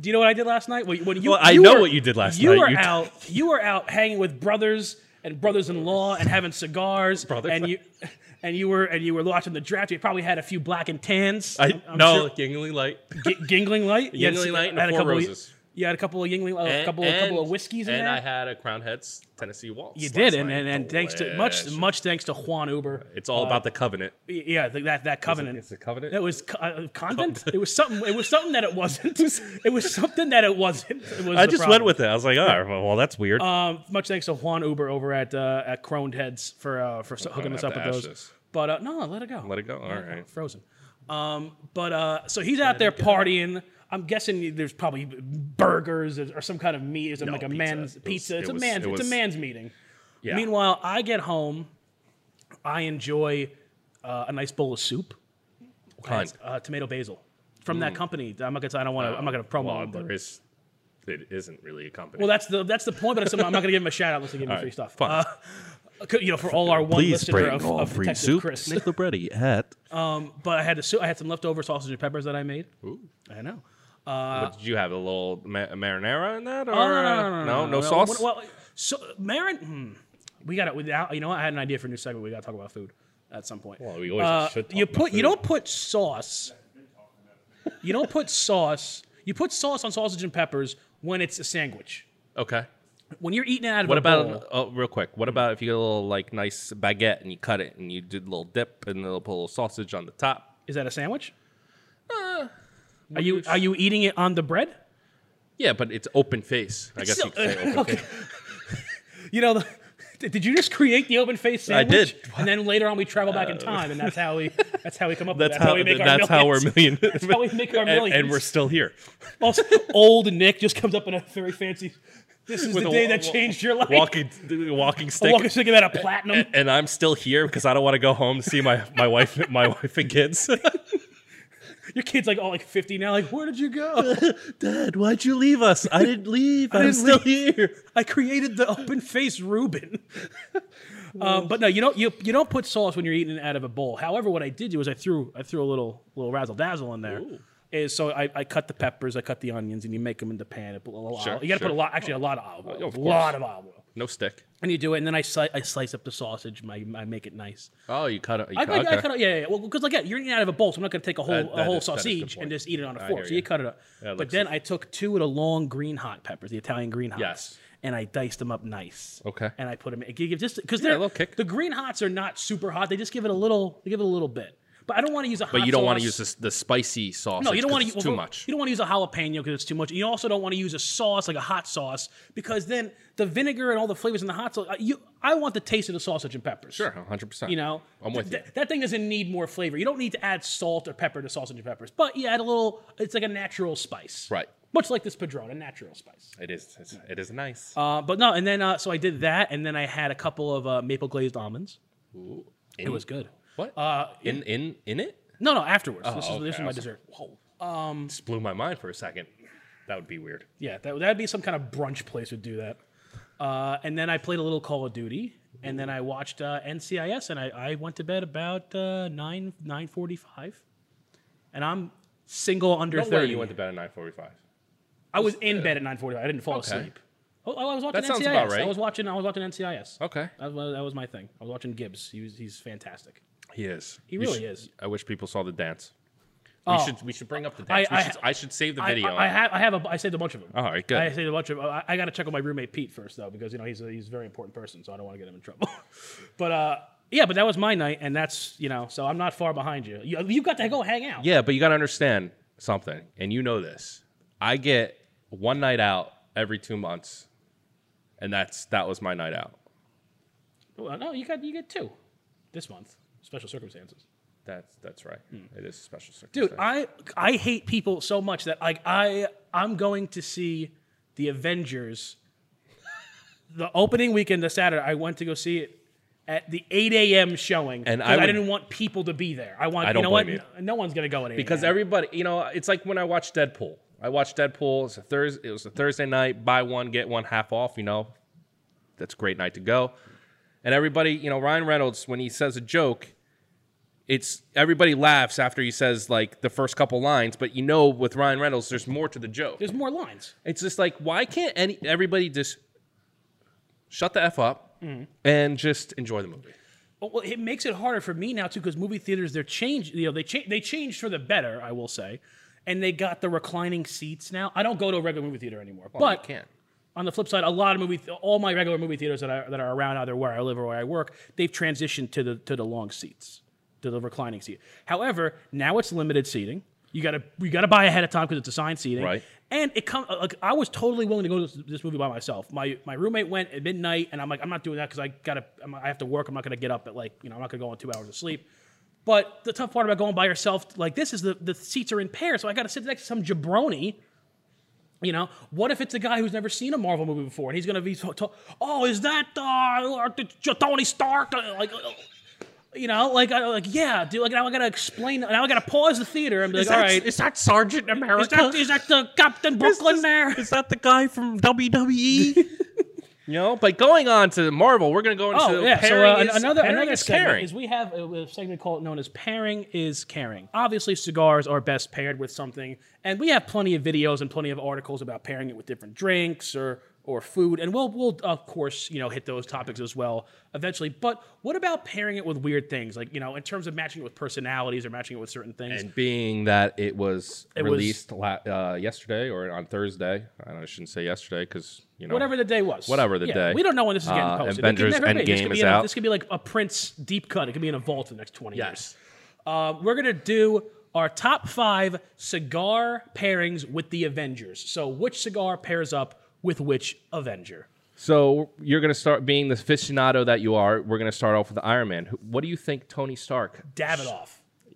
Do you know what I did last night? When, when you, Well, I you know were- what you did last you night. Were You- out. You were out hanging with brothers and brothers-in-law and having cigars. Brothers. And you, and you were and you were watching the draft. You probably had a few black and tans. I I'm- I'm no sure- Yingling Light. G- Gingling light. You had- Yingling Light and had Four couple of- Roses. you had a couple of Yingling, a couple, a couple of whiskeys in and there. I had a Crown Heads Tennessee Waltz. you last did, and night. and, and thanks to much, Delicious. much thanks to Juan Uber. It's all about the covenant. Yeah, th- that that covenant. it's a covenant? It was co- uh, convent. it was something. It was something that it wasn't. it was something that it wasn't. It was I the just problem. went with it. I was like, all right, well, that's weird. Um, much thanks to Juan Uber over at uh, at Croned Heads for uh, for so- hooking gonna us have up with to ash those. this. But uh, no, let it go. Let it go. All Let it right. Frozen. Um, but uh, so he's out there partying. I'm guessing there's probably burgers or some kind of meat. It's like a pizza. man's It was- pizza. it's it a was- man's. it it's a was- man's meeting. Yeah. Meanwhile, I get home. I enjoy uh, a nice bowl of soup. Kind. It's, Uh, tomato basil from that company. I'm not gonna. I don't want to. I'm not gonna promo. Mm. Oh, Well, them, but- there is. It isn't really a company. well, that's the that's the point. But it's- I'm not gonna give him a shout out unless they give me free right, stuff. fine. Uh, c- you know, for all our one listener of, of Detective Chris. Nick Libretti at. But I had the soup. I had some leftover sausage and peppers that I made. I know. But did you have a little ma- marinara in that, or Oh, no, uh, no, no, no, no, no. sauce? Well, well, so Marin, hmm, we got it without. You know, what? I had an idea for a new segment. We got to talk about food at some point. Well, Oh, we always Uh, should talk you about put you food. don't put sauce. You don't put sauce. You put sauce on sausage and peppers when it's a sandwich. okay. When you're eating it out of What a about bowl, oh, real quick? What about if you get a little like nice baguette and you cut it and you did a little dip and they'll put a little sausage on the top? is that a sandwich? are do you Uh, you- are you eating it on the bread? Yeah, but it's open face. I guess Still- you could say open face. You know, the, did you just create the open face I sandwich? did. Uh, And then later on, we travel back in time, and that's how we that's how we come up. That's, with how, we make our that's how we're millions. million. That's how we make our and, millions. and we're still here. Also, old Nick just comes up in a very fancy. This is the a day wa- that wa- changed your life. Walking, walking stick. Walking thinking about a platinum. and I'm still here because I don't want to go home to see my, my wife my wife and kids. Your kid's like all like fifty now. Like, where did you go? Dad, why'd you leave us? I didn't leave. I'm didn't still here. I created the open face Reuben. um, but no, you don't. You, you don't put sauce when you're eating it out of a bowl. However, what I did do is I threw I threw a little little razzle dazzle in there. Is so I, I cut the peppers, I cut the onions, and you make them in the pan. I put a little Sure, olive- You got to sure. Oh, put a lot, actually, a lot of olive oil, of a course. lot of olive oil, No stick. and you do it. And then I, sli- I slice up the sausage. and I, I make it nice. Oh, you cut it. You I, cut, I, I okay. cut it, yeah, yeah, yeah. Well, because again, you're eating out of a bowl, so I'm not going to take a whole That- a that whole is- that is a good sausage and point. just eat it on a I fork. hear So you you. cut it up. it but looks then I took two of the long green hot peppers, the Italian green hots, Yes. and I diced them up nice. Okay. And I put them in it gives just because Yeah, a they're little kick. the green hots are not super hot. They just give it a little. They give it a little bit. But I don't want to use a. But hot you don't want sauce. to use this, the spicy sauce. No, you don't want to use use too much. You don't want to use a jalapeno because it's too much. You also don't want to use a sauce like a hot sauce because then the vinegar and all the flavors in the hot sauce. uh, You, I want the taste of the sausage and peppers. Sure, 100. percent You know, I'm with Th- that thing doesn't need more flavor. You don't need to add salt or pepper to sausage and peppers, but you add a little. It's like a natural spice, Right. Much like this padron, a natural spice. It is. It's, it is nice. Uh, but no, and then uh, so I did that, and then I had a couple of uh, maple glazed almonds. It was good. What? Uh, in in in it? No, no, afterwards. this is Oh, okay. this is I my was like, dessert. Whoa. Um, just blew my mind for a second. That would be weird. Yeah, that that'd be some kind of brunch place would do that. Uh, and then I played a little Call of Duty, and then I watched uh, NCIS, and I, I went to bed about uh, nine nine forty five, and I'm single under No way thirty. you went to bed at nine forty-five. I was in bed at nine forty-five. I didn't fall Okay. asleep. Oh, I was watching That sounds NCIS. about right. I was watching. I was watching NCIS. Okay, That was, that was my thing. I was watching Gibbs. He was, he's fantastic. he is. He really is. I wish people saw the dance. Oh. We should we should bring up the I- dance. I, I- we should, I should save the I- video. I, I have. I have. A, I saved a bunch of them. All right, good. I saved a bunch of. I, I got to check on my roommate Pete first though, because you know he's a, he's a very important person, so I don't want to get him in trouble. but uh, yeah, but that was my night, and that's you know, so I'm not far behind you. You you got to go hang out. yeah, but you got to understand something, and you know this. I get one night out every two months, and that's that was my night out. Well, no, you got you get two this month. Special circumstances. That's that's right. It is a special circumstance. Hmm. Dude, I I hate people so much that like I I'm going to see the Avengers. the opening weekend of Saturday, I went to go see it at the 8 a.m. showing, And I 'cause I, would- didn't want people to be there. I want I don't you know blame what? you. No, no one's gonna go at 8 because a.m. everybody, you know, it's like when I watched Deadpool. I watched Deadpool. It's a Thursday. It was a Thursday night. Buy one get one half off. You know, that's a great night to go. And everybody, you know, Ryan Reynolds when he says a joke, it's everybody laughs after he says like the first couple lines. But you know, with Ryan Reynolds, there's more to the joke. there's more lines. It's just like why can't any everybody just shut the f up Mm-hmm. and just enjoy the movie? Well, well, it makes it harder for me now too because movie theaters they're changed. You know, they cha- they changed for the better, I will say, and they got the reclining seats now. I don't go to a regular movie theater anymore, you but can't. on the flip side, a lot of movie, all my regular movie theaters that are that are around either where I live or where I work, they've transitioned to the to the long seats, to the reclining seat. However, now it's limited seating. You gotta you gotta buy ahead of time because it's assigned seating. Right. And it come like I was totally willing to go to this, this movie by myself. My my roommate went at midnight, and I'm like, I'm not doing that because I gotta I'm, I have to work. I'm not gonna get up at like you know I'm not gonna go on two hours of sleep. But the tough part about going by yourself like this is the the seats are in pairs, so I gotta sit next to some jabroni. You know, what if it's a guy who's never seen a Marvel movie before and he's gonna be, so- to- oh, is that uh, uh, the- the Tony Stark? Uh, Like, uh, you know, like, I, like yeah, dude. Like now I gotta explain. Now I gotta pause the theater and be like, all right, is that Sergeant America? is that is that the Captain Brooklyn there? Is that the guy from WWE? You know, but going on to Marvel, we're going to go into Oh yeah. So pairing uh, is- another pairing another is segment caring. is we have a, a segment called known as pairing is caring. Obviously, cigars are best paired with something, and we have plenty of videos and plenty of articles about pairing it with different drinks or or food, and we'll we'll of course you know hit those topics as well eventually. But what about pairing it with weird things, like you know in terms of matching it with personalities or matching it with certain things? And being that it was was- released la- uh, yesterday or on Thursday, I, don't- I shouldn't say yesterday because you know Whatever the day was. Whatever the day. We don't know when this is getting Uh, posted. Avengers it could never be. This Endgame could be is in a- out. This could be like a Prince deep cut. It could be in a vault for the next 20 Yes. years. Uh, we're going to do our top five cigar pairings with the Avengers. So, which cigar pairs up with which Avenger? So you're going to start being the aficionado that you are. We're going to start off with Iron Man. Who- What do you think, Tony Stark? Davidoff.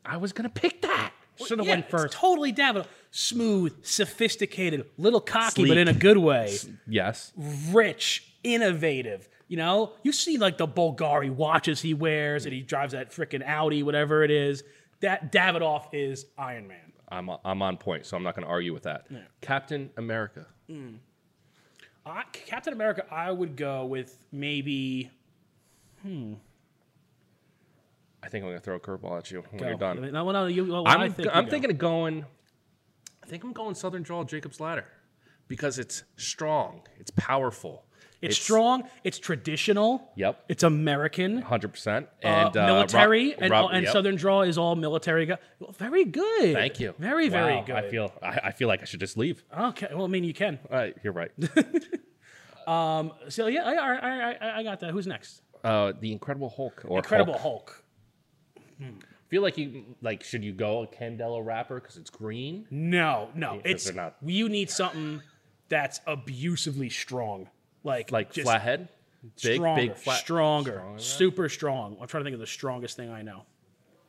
I was going to pick that. Should have Yeah, went it's first. Totally Davidoff. Smooth, sophisticated, little cocky, Sleek. but in a good way. Yes. rich, innovative. You know, you see like the Bulgari watches he wears, and he drives that freaking Audi, whatever it is. That Davidoff is Iron Man. I'm I'm on point, so I'm not going to argue with that. Captain America. I, Captain America, I would go with maybe. I think I'm going to throw a curveball at you when you're done. oh, No, no, no, you, well, I I'm, think you I'm go. thinking of going. I think I'm going Southern Draw Jacob's Ladder because it's strong, it's powerful, it's, strong. It's traditional. Yep. It's American. hundred percent, uh, and uh, military Rob- and, Rob- and yep. Southern Draw is all military. Go- well, very good. Thank you. Very, very Wow, good. I feel I, I feel like I should just leave. okay. Well, I mean, you can. All right, you're right. So yeah, I, I, I, I got that. Who's next? Uh, the Incredible Hulk or Incredible Hulk. Hulk. I feel like you like should you go a Candela wrapper because it's green? No, no. it's they're not- you need something that's abusively strong, like Like just flathead, big stronger, big flat. stronger, super strong. I'm trying to think of the strongest thing I know.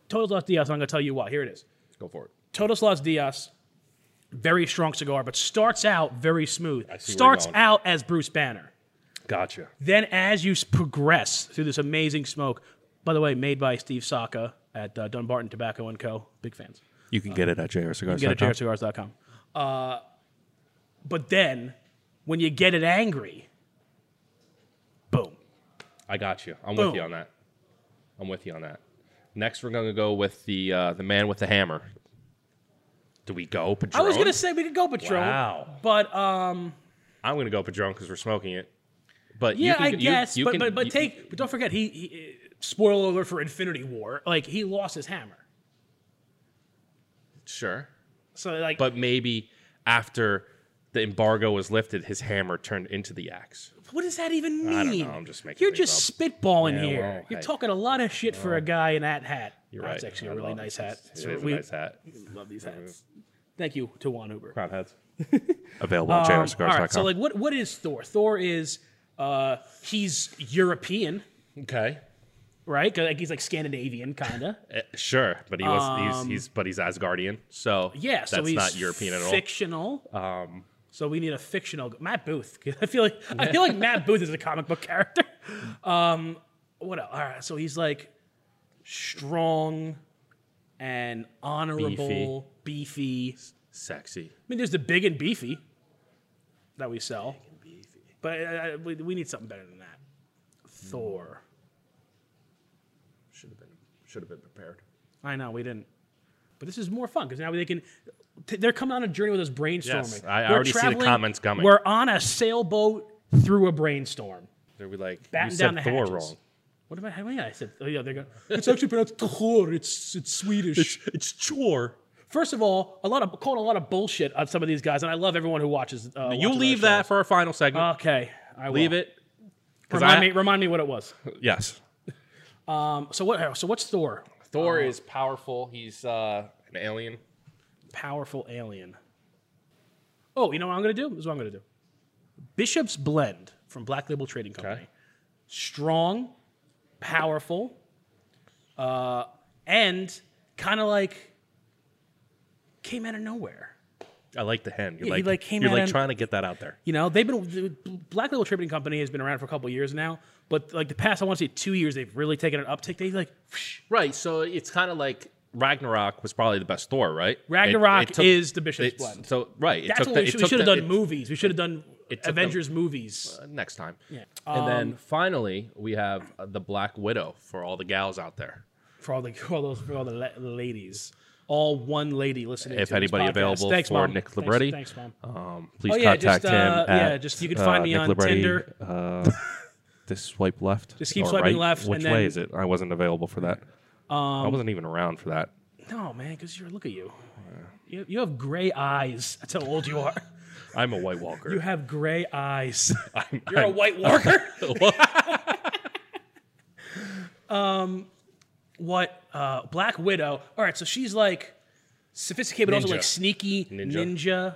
Todos Los Dias. I'm going to tell you why. Here it is. Go for it. Todos Los Dias, very strong cigar, but starts out very smooth. see where you're Starts going. out as Bruce Banner. Gotcha. Then, as you s- progress through this amazing smoke, by the way, made by Steve Saka at uh, Dunbarton Tobacco and Co. Big fans. You can get it at JRCigars.com. get it at jarcigars.com. Uh, but then, when you get it angry, boom. I got you. I'm with Boom. you on that. I'm with you on that. Next, we're gonna go with the uh, the man with the hammer, Do we go I Padron? was gonna say we could go Patron, Wow. but um, I'm gonna go Padron because we're smoking it. But you yeah, can- I you- guess. you but, can- but but you- take but don't forget he, he spoiler alert for Infinity War. Like he lost his hammer, sure. so like But maybe after the embargo was lifted, his hammer turned into the axe. what does that even mean? I don't know, I'm just making You're things just spitballing Yeah, here. well, You're hey. talking a lot of shit for a guy in that hat. You're That's right. actually I a really love nice it. hat. It So is we a nice hat. love these hats. Thank you to Juan Uber. Crown hats. Available at Um, all right, so like, what what is Thor? Thor is uh, he's European, Okay. right? 'Cause, Like he's like Scandinavian, kinda. Uh, sure, but he was he's, he's but he's Asgardian, so Um, Yeah, that's so he's not European at all. Fictional. Um, so we need a fictional Matt Booth. I feel like I feel like Matt Booth is a comic book character. Um, what? Else? All right, so he's like strong and honorable, beefy. Sexy. I mean, there's the big and beefy that we sell. But uh, uh, we, we need something better than that. Thor. Should have been should have been prepared. I know we didn't, but this is more fun because now they can. T- they're coming on a journey with us brainstorming. Yes, I- I already see the traveling- comments coming. We're on a sailboat through a brainstorm. They were like Batten you down said the Thor hatches. wrong. What about? Oh yeah, I said. Oh yeah, they're going. It's actually pronounced Thor. It's it's Swedish. It's chore. First of all, a lot of calling a lot of bullshit on some of these guys, and I love everyone who watches. Uh, You watches leave our that for our final segment. show. Okay, I will. leave it. 'cause Remind I- me. Remind me what it was. Yes. So what? So what's Thor? Thor is powerful. He's uh, an alien. Powerful alien. Oh, you know what I'm gonna do? This is what I'm gonna do. Bishop's Blend from Black Label Trading Company. Okay. strong, powerful, uh, and kind of like came out of nowhere. I like the hen. You're Yeah, like, he, like, came you're out like and- trying to get that out there. You know, they've been the Black Label Trading Company has been around for a couple years now, but like the past, I want to say two years, they've really taken an uptick. They like whoosh, Right. So it's kind of like Ragnarok was probably the best Thor, right? Ragnarok It- it took- is the Bishop's it's- Blend. So right. It That's took what the- we, it should, we took should have the- done. movies. We should have done it took the- Avengers movies. it- next time. Yeah. Um, And then finally, we have uh, the Black Widow for all the gals out there. for all the for all, those, for all the la- ladies, all one lady listening. If to this anybody podcast. available Thanks, for Mom. Nick Thanks- Libretti. Thanks, mom. Um, please Oh, yeah, contact just, him. uh, at, yeah, just- you can find uh, me Nick on Libretti, Tinder. Uh, just swipe left. Just keep or swiping right. left, Which and then- Um, way is it? I wasn't available for that. I wasn't even around for that. No, man, because you're look at you. you. You have gray eyes. That's how old you are. I'm a White Walker. You have gray eyes. I'm- You're a I'm- white walker. Um, what? Uh, Black Widow. All right, so she's like sophisticated, but also Ninja. like sneaky ninja. Ninja.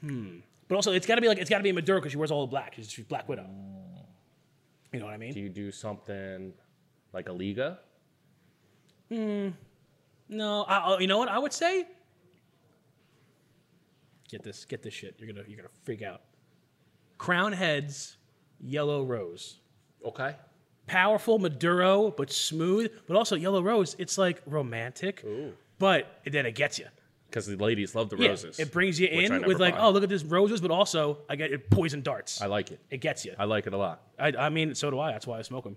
Hmm. But also, it's got to be like it's got to be Maduro because she wears all black. She's, she's Black Widow. You know what I mean? Do you do something like a Liga? No, I, I- you know what I would say. Get this, get this shit. You're gonna, you're gonna freak out. Crown heads, yellow rose, Okay. powerful Maduro, but smooth, but also yellow rose. It's like romantic, but then it gets you. Because the ladies love the Yeah, roses. it brings you which I in never with like, buy. oh, look at this roses, but also I get it poison darts. I like it. it gets you. I like it a lot. I, I mean, so do I. That's why I smoke them.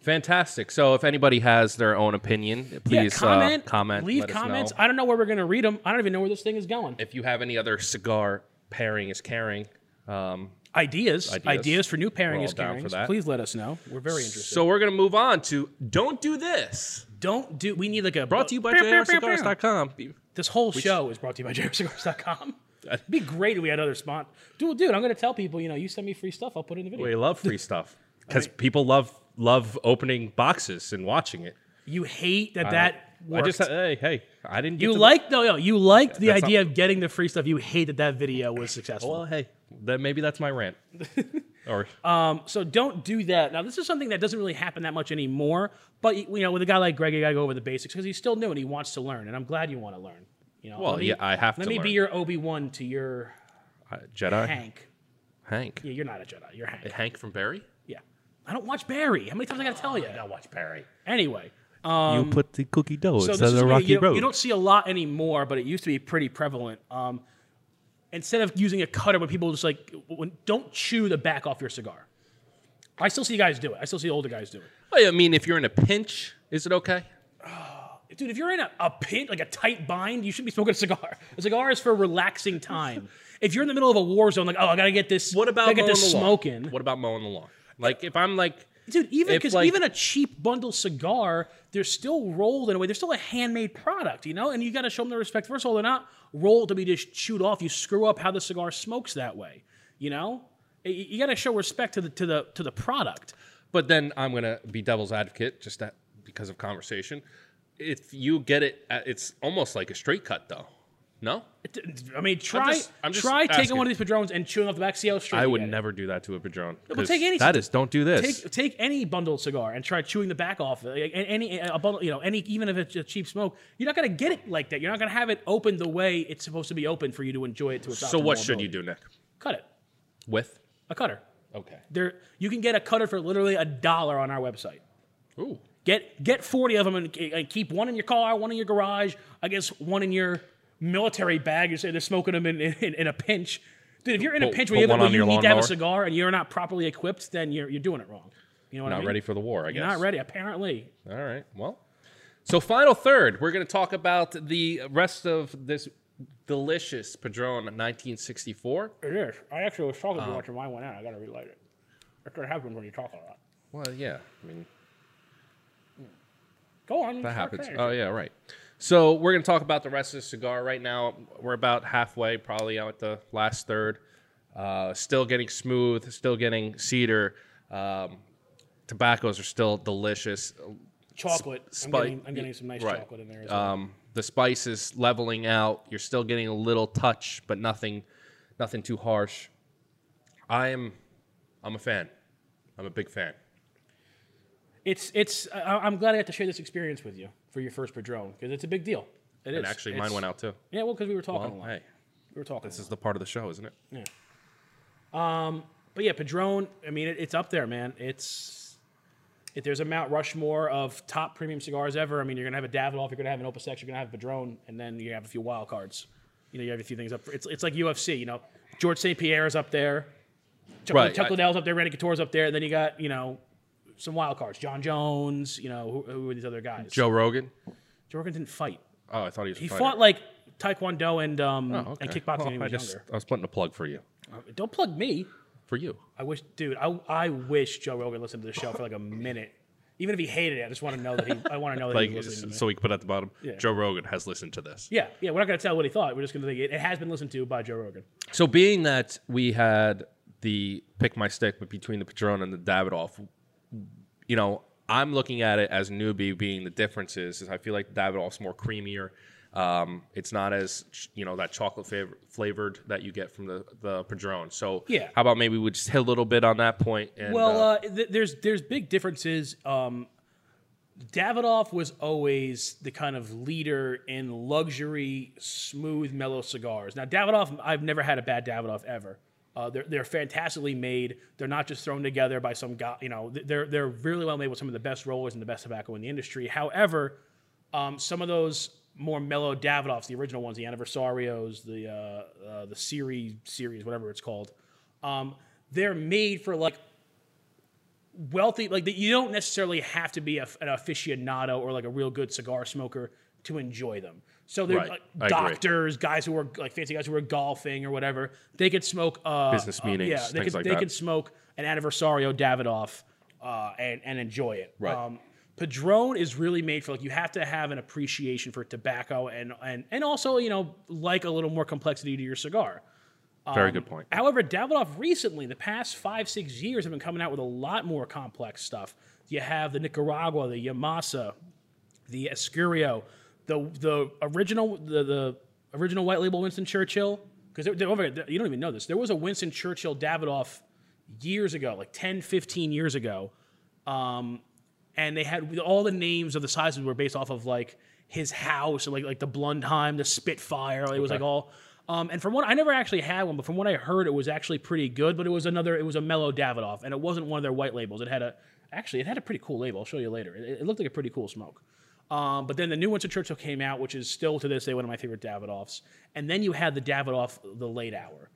Fantastic. So if anybody has their own opinion, please yeah, comment, uh, comment. leave let us comments. know. I don't know where we're gonna read them. I don't even know where this thing is going. If you have any other cigar pairing is caring. Um, ideas, ideas, Ideas. for new pairing We're is all down pairings, for that. please let us know. We're very interested. so we're gonna move on to don't do this. Don't do. We need like a Brought to you by JRCigars.com. This whole show is brought to you by JRCigars.com. It'd be great if we had other spot. Dude, dude, I'm gonna tell people. You know, you send me free stuff, I'll put it in the video. We love free stuff because people love love opening boxes and watching it. You hate that that I worked. just hey hey I didn't. Get you to- liked no, no, you liked the That's idea of getting the free stuff. You hate that that video was successful. Well hey, then maybe that's my rant. or Um, So don't do that. Now, this is something that doesn't really happen that much anymore. But you know, with a guy like Greg, you gotta go over the basics because he's still new and he wants to learn. And I'm glad you want to learn. You know, Well, let me- yeah, I have Let to me be learn. your Obi Wan to your uh, Jedi Hank. Hank Yeah, you're not a Jedi. You're Hank. Hank from Barry. Yeah. I don't watch Barry. How many times I gotta tell you? Oh, I watch Barry. Anyway, Um, you put the cookie dough so instead this of is the something rocky you, road. you don't see a lot anymore, but it used to be pretty prevalent. Um, instead of using a cutter, when people just like, when, don't chew the back off your cigar. Oh, I still see guys do it. I still see older guys do it. Well, I mean, if you're in a pinch, is it okay? dude, if you're in a, a pit, like a tight bind, you should be smoking a cigar. A cigar is for relaxing time. if you're in the middle of a war zone, like, oh, I gotta get this. What about I gotta mowing get this the lawn? smoking? What about mowing the lawn? Like if I'm like, Dude, even if, because like- even a cheap bundle cigar, they're still rolled in a way. They're still a handmade product, you know. And you got to show them the respect. First of all, they're not rolled to be just chewed off. You screw up how the cigar smokes that way, you know. Y- y- You got to show respect to the to the to the product. but then I'm gonna be devil's advocate just that because of conversation. If you get it, at- it's almost like a straight cut though. No, It- I mean, try just- I'm just try taking asking. one of these padrones and chewing off the back. See how straight. I you would get it. never do that to a padron. but take any- that is don't do this. take take any bundled cigar and try chewing the back off. Like, a- any a bundle, you know, any even if it's a cheap smoke, you're not gonna get it like that. You're not gonna have it open the way it's supposed to be open for you to enjoy it to its so optimal what should ability. you do, Nick? Cut it. With A cutter. okay, There, you can get a cutter for literally a dollar on our website. ooh, Get get forty of them and, and keep one in your car, one in your garage. I guess one in your military bag. You're saying they're smoking them in, in, in a pinch. Dude, if you're in a Put- pinch put where you, have, one where on you your need to have a lawnmower. cigar and you're not properly equipped, then you're you're doing it wrong. You know what I not mean? ready for the war. I guess You're not ready, apparently. All right. Well, so final third, we're going to talk about the rest of this delicious Padron 1964. It is. I actually was talking to you after mine went out. I gotta relight it. That's what happens when you talk a lot. Well, yeah. I mean, Go on. that happens. Oh, yeah, right. So we're going to talk about the rest of the cigar right now. We're about halfway, probably out at the last third. Uh, still getting smooth, still getting cedar. Um, tobaccos are still delicious. chocolate. sp- I'm, spike- getting, I'm getting some nice right. chocolate in there. As well. um, the spice is leveling out. You're still getting a little touch, but nothing, nothing too harsh. I am, I'm a fan. I'm a big fan. It's it's. I, I'm glad I got to share this experience with you for your first Padron because it's a big deal. It is. And actually, mine went out too. Yeah, well, because we were talking a Oh, lot. hey, We were talking. a this lot. is the part of the show, isn't it? Um, But yeah, Padron. I mean, it, it's up there, man. It's if there's a Mount Rushmore of top premium cigars ever. I mean, you're gonna have a Davidoff, you're gonna have an Opus X, you're gonna have a Padron, and then you have a few wild cards. You know, you have a few things up. For, it's it's like UFC. You know, George St. Pierre is up there. Chuck, Right, Chuck I- Liddell's up there. Randy Couture's up there. And then you got you know some wild cards. John Jones. You know who, who are these other guys? Joe Rogan. Joe Rogan didn't fight. Oh, I thought he was. He fought like Taekwondo and um and kickboxing when he Oh, I was just, younger. I was putting a plug for you. Don't plug me. For you. I wish, dude. I, I wish Joe Rogan listened to the show for like a minute. Even if he hated it, I just want to know that he. I want to know that Like, he was listening to me. so we can put at the bottom. Joe Rogan has listened to this. yeah, yeah. We're not gonna tell what he thought. We're just gonna think it, it has been listened to by Joe Rogan. So being that we had the pick my stick but between the Patron and the Davidoff, you know, I'm looking at it as newbie being the differences. Is I feel like the Davidoff's more creamier. Um, it's not as you know that chocolate favor- flavored that you get from the the Padron. So Yeah. how about maybe we just hit a little bit on that point? And, Well, uh, th- there's there's big differences. Um, Davidoff was always the kind of leader in luxury, smooth, mellow cigars. Now, Davidoff, I've never had a bad Davidoff ever. Uh, they're, they're fantastically made. They're not just thrown together by some guy. You know, th- they're they're really well made with some of the best rollers and the best tobacco in the industry. However, um, some of those more mellow Davidoffs, the original ones, the Anniversarios, the uh, uh, the Series series, whatever it's called, um, they're made for like wealthy like that you don't necessarily have to be a, an aficionado or like a real good cigar smoker to enjoy them so they're Right. I like agree. doctors guys who are like fancy guys who are golfing or whatever they could smoke uh Business uh, meetings, yeah they things could like they that. could smoke an anniversario davidoff uh and and enjoy it Right. padron is really made for like you have to have an appreciation for tobacco and and and also you know like a little more complexity to your cigar very good point. However, uh, um, Davidoff recently, the past five, six years, have been coming out with a lot more complex stuff. You have the Nicaragua, the Yamasa, the Escurio, the the original the, the original white label Winston Churchill. Because they're, they're over there, oh you don't even know this. There was a Winston Churchill Davidoff years ago, like 10, 15 years ago. Um, and they had all the names of the sizes were based off of like his house, like like the Blundheim, the Spitfire. It was like all. Um, and from what I never actually had one, but from what I heard, it was actually pretty good. But it was another, it was a mellow Davidoff, and it wasn't one of their white labels. It had a actually, it had a pretty cool label. I'll show you later. It, it looked like a pretty cool smoke. Um, but then the new Winston Churchill came out, which is still to this day one of my favorite Davidoffs. And then you had the Davidoff, the late hour,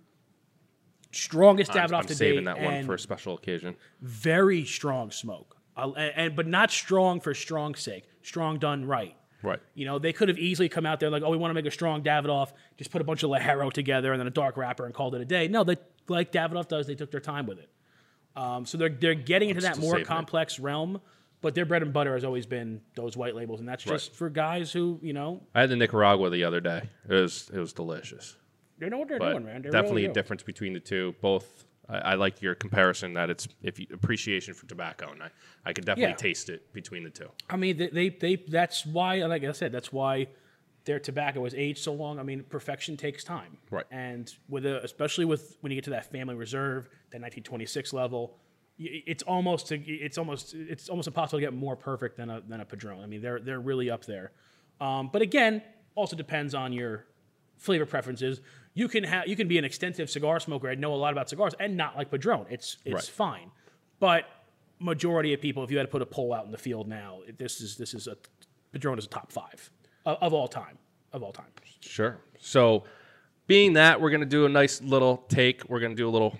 strongest Davidoff I'm to saving date, that one and for a special occasion. very strong smoke, I- and, and- but not strong for strong's sake. Strong done right. Right. You know, they could have easily come out there like, oh, we want to make a strong Davidoff, just put a bunch of Lajero together and then a dark wrapper and called it a day. No, they like Davidoff does, they took their time with it. Um, so they're they're getting into that still more saving it. complex realm, but their bread and butter has always been those white labels, and that's just for guys who you know I had the Nicaragua the other day. It was it was delicious. they know what they're but doing, man. They definitely really a do. difference between the two. Both, I, I like your comparison that it's if you, appreciation for tobacco, and I, I could definitely Yeah. taste it between the two. I mean, they, they they that's why, like I said, that's why their tobacco is aged so long. I mean, perfection takes time, Right. And with a, especially with when you get to that family reserve, that 1926 level, y- it's almost a- it's almost it's almost impossible to get more perfect than a than a Padron. I mean, they're they're really up there. Um, but again, also depends on your flavor preferences. You can have you can be an extensive cigar smoker and know a lot about cigars and not like Padron. It's it's Right. fine, but majority of people, if you had to put a poll out in the field now, this is this is a Padron is a top five of, of all time of all time. Sure. So, being that, we're going to do a nice little take. We're going to do a little,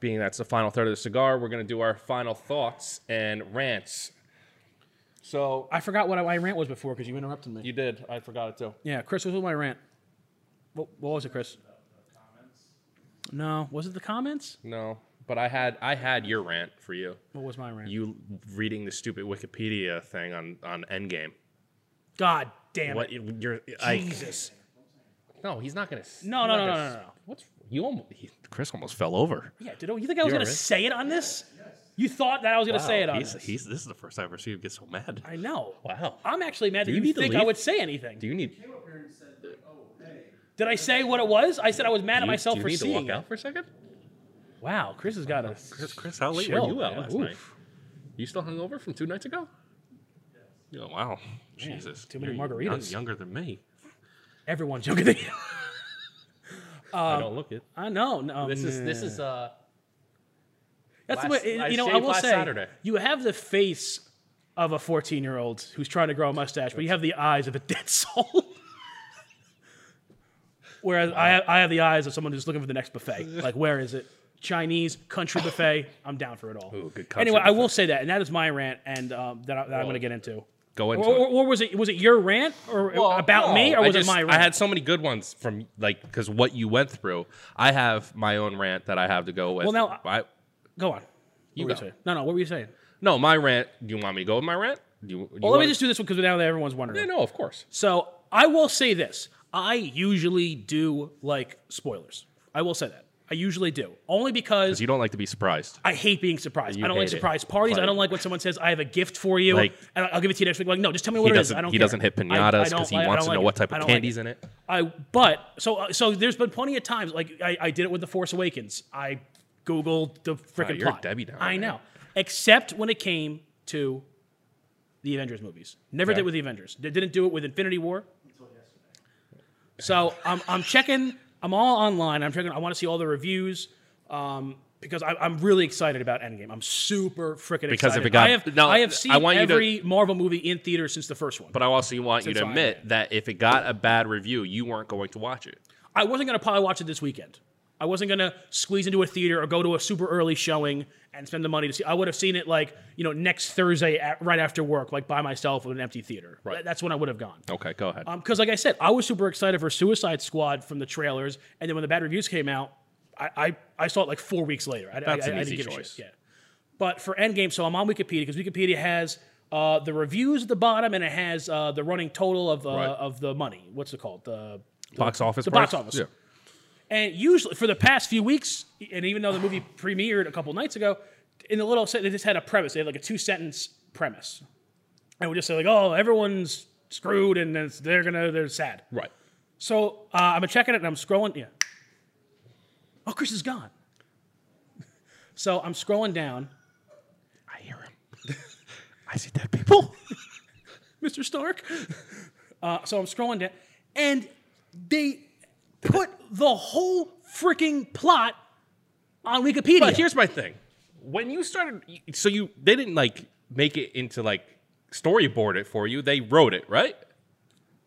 being that's the final third of the cigar, we're going to do our final thoughts and rants. So, I forgot what my rant was before because you interrupted me. you did. I forgot it too. yeah, Chris, what was my rant? What, what was it, Chris? No, was it the comments? No, but I had I had your rant for you. What was my rant? You reading the stupid Wikipedia thing on on Endgame. God damn What it! you- you're I, Jesus. No, he's not going to No, no, no, no, no, no. What's you almost Chris almost fell over. Yeah, did I- you think I was You're going to right. say it on this? You thought that I was going to say it on he's, this? he's this is the first I've ever seen him get so mad. I know. Wow. I'm actually mad that you you, need to think I leave? would say anything. Do you need Did I say what it was? I said I was mad at you- myself do you for need to seeing walk it. out for a second? Wow, Chris has got a Chris, Chris, how late Chill, were you out man. last Oof. night? You still hung over from two nights ago? Oh wow, Jesus! too many You're young- margaritas. younger than me. everyone's younger than you. I don't look it. I know. No, Um, This is this is uh. that's the last- way I you know. I shaved will last say Saturday. you have the face of a 14 year old who's trying to grow a mustache, but you have the eyes of a dead soul. Whereas I have, I have the eyes of someone who's looking for the next buffet. Like, where is it? Chinese country buffet. I'm down for it all. Ooh, good country anyway, I buffet. will say that, and that is my rant, and um, that, I, that I'm going to get into. Go Or, into or, it. or was it was it your rant or about me, no, or I was just- it my rant? I had so many good ones from like because what you went through. I have my own rant that I have to go with. Well, now- I, Go on. You go. Saying? No, no. What were you saying? no, my rant. Do you want me to go with my rant? Do you, you Well, let me wanna- just do this one because now that everyone's wondering. Yeah, no, of course. So I will say this: I usually do like spoilers. I will say that I usually do, only because You don't like to be surprised. I hate being surprised. I don't like hate it. surprise parties. I Like- don't like when someone says, "I have a gift for you," Like- and I- I'll give it to you next week. Like, no, just tell me what he it is. doesn't. I don't. he care. doesn't hit I- I pinatas don't because he like- I wants don't to know like what it. type I of don't like candy's it. in it. I but so uh, so there's been plenty of times like I, I did it with the Force Awakens. I googled the freaking you're a plot. Debbie Downer, I man. know, except when it came to the Avengers movies. Never Okay. did with the Avengers. They didn't do it with Infinity War. So I'm I'm checking. I'm all online. I'm checking. I want to see all the reviews. Um, because I, I'm really excited about Endgame. I'm super freaking excited. Because if it got- I have, no, I have I seen want you to- every Marvel movie in theater since the first one. But I also want you Since to I- admit that if it got a bad review, you weren't going to watch it. I wasn't gonna probably watch it this weekend. I wasn't gonna squeeze into a theater or go to a super early showing and spend the money to see. I would have seen it like you know next Thursday at, right after work, like by myself in an empty theater. Right. That's when I would have gone. Okay, go ahead. Because Um, like I said, I was super excited for Suicide Squad from the trailers, and then when the bad reviews came out, I I, I saw it like four weeks later. I, That's I, an I, easy didn't give a choice. shit. Yeah. But for Endgame, so I'm on Wikipedia because Wikipedia has uh, the reviews at the bottom and it has uh, the running total of uh, Right. of the money. What's it called? The box office. the box price? office. and usually for the past few weeks, and even though the movie premiered a couple nights ago, in the little they just had a premise. They had like a two sentence premise, and we just say like, "Oh, everyone's screwed, and it's, they're gonna they're sad." Right. So uh, I'm checking it, and I'm scrolling. Yeah. Oh, Chris is gone. so I'm scrolling down. I hear him. I see dead people. Mr. Stark. Uh, so I'm scrolling down, and they put the whole freaking plot on Wikipedia. But here's my thing: when you started, so you they didn't like make it into like storyboard it for you. They wrote it right.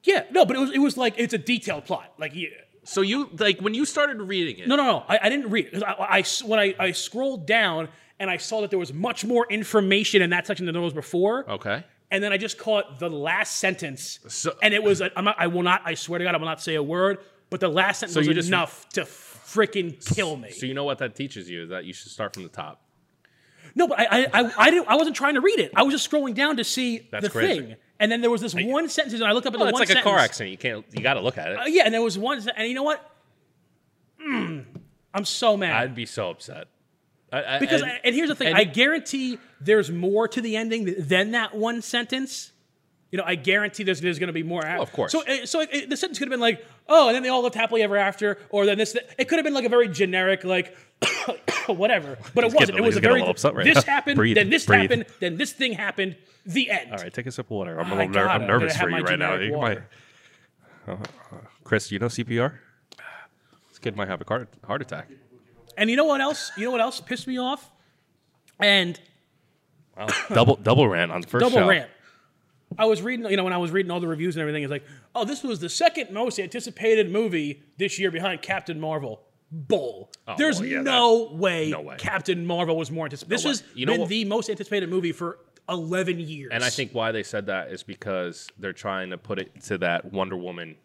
yeah, no, but it was it was like it's a detailed plot. Like yeah. So you like when you started reading it. no, no, no, I, I didn't read it 'Cause I, I s- when I, I scrolled down and I saw that there was much more information in that section than there was before. Okay. And then I just caught the last sentence, Oh. So- and it was a, I'm not, I will not. I swear to God, I will not say a word. But the last sentence So you was just- enough to freaking kill me. So you know what that teaches you is that you should start from the top. No, but I I, I, I didn't. I wasn't trying to read it. I was just scrolling down to see That's the crazy. thing, and then there was this one sentence, and I looked up at Well, the it's one like sentence. a car accident. You can't. You got to look at it. Uh, yeah, and there was one, sen- and you know what? Mm, I'm so mad I'd be so upset. I, I, because, and- and, here's the thing: and- I guarantee there's more to the ending th- than that one sentence. You know, I guarantee there's there's going to be more. af- of course. So, uh, so it, it- the sentence could have been like, "Oh, and then they all lived happily ever after," or then this. that- It could have been like a very generic, like. whatever, but it wasn't. getting- It was he's getting a a very little upset right this now. happened, Breathe, then this breathe. happened, then this thing happened. The end. All right, take a sip of water. I'm a Oh my little ner- God, I'm I'm nervous gonna have for my you right now. generic You might- water. Uh, uh, Chris, you know CPR? this kid might have a heart, heart attack. And you know what else? You know what else pissed me off? And double double rant on the first double shot. rant. I was reading, you know, when I was reading all the reviews and everything, it's like, oh, this was the second most anticipated movie this year behind Captain Marvel. Bull. There's Oh, well, yeah, no, way no way. Captain Marvel was more anticipated. This way. has You know been what- the most anticipated movie for 11 years. And I think why they said that is because they're trying to put it to that Wonder Woman,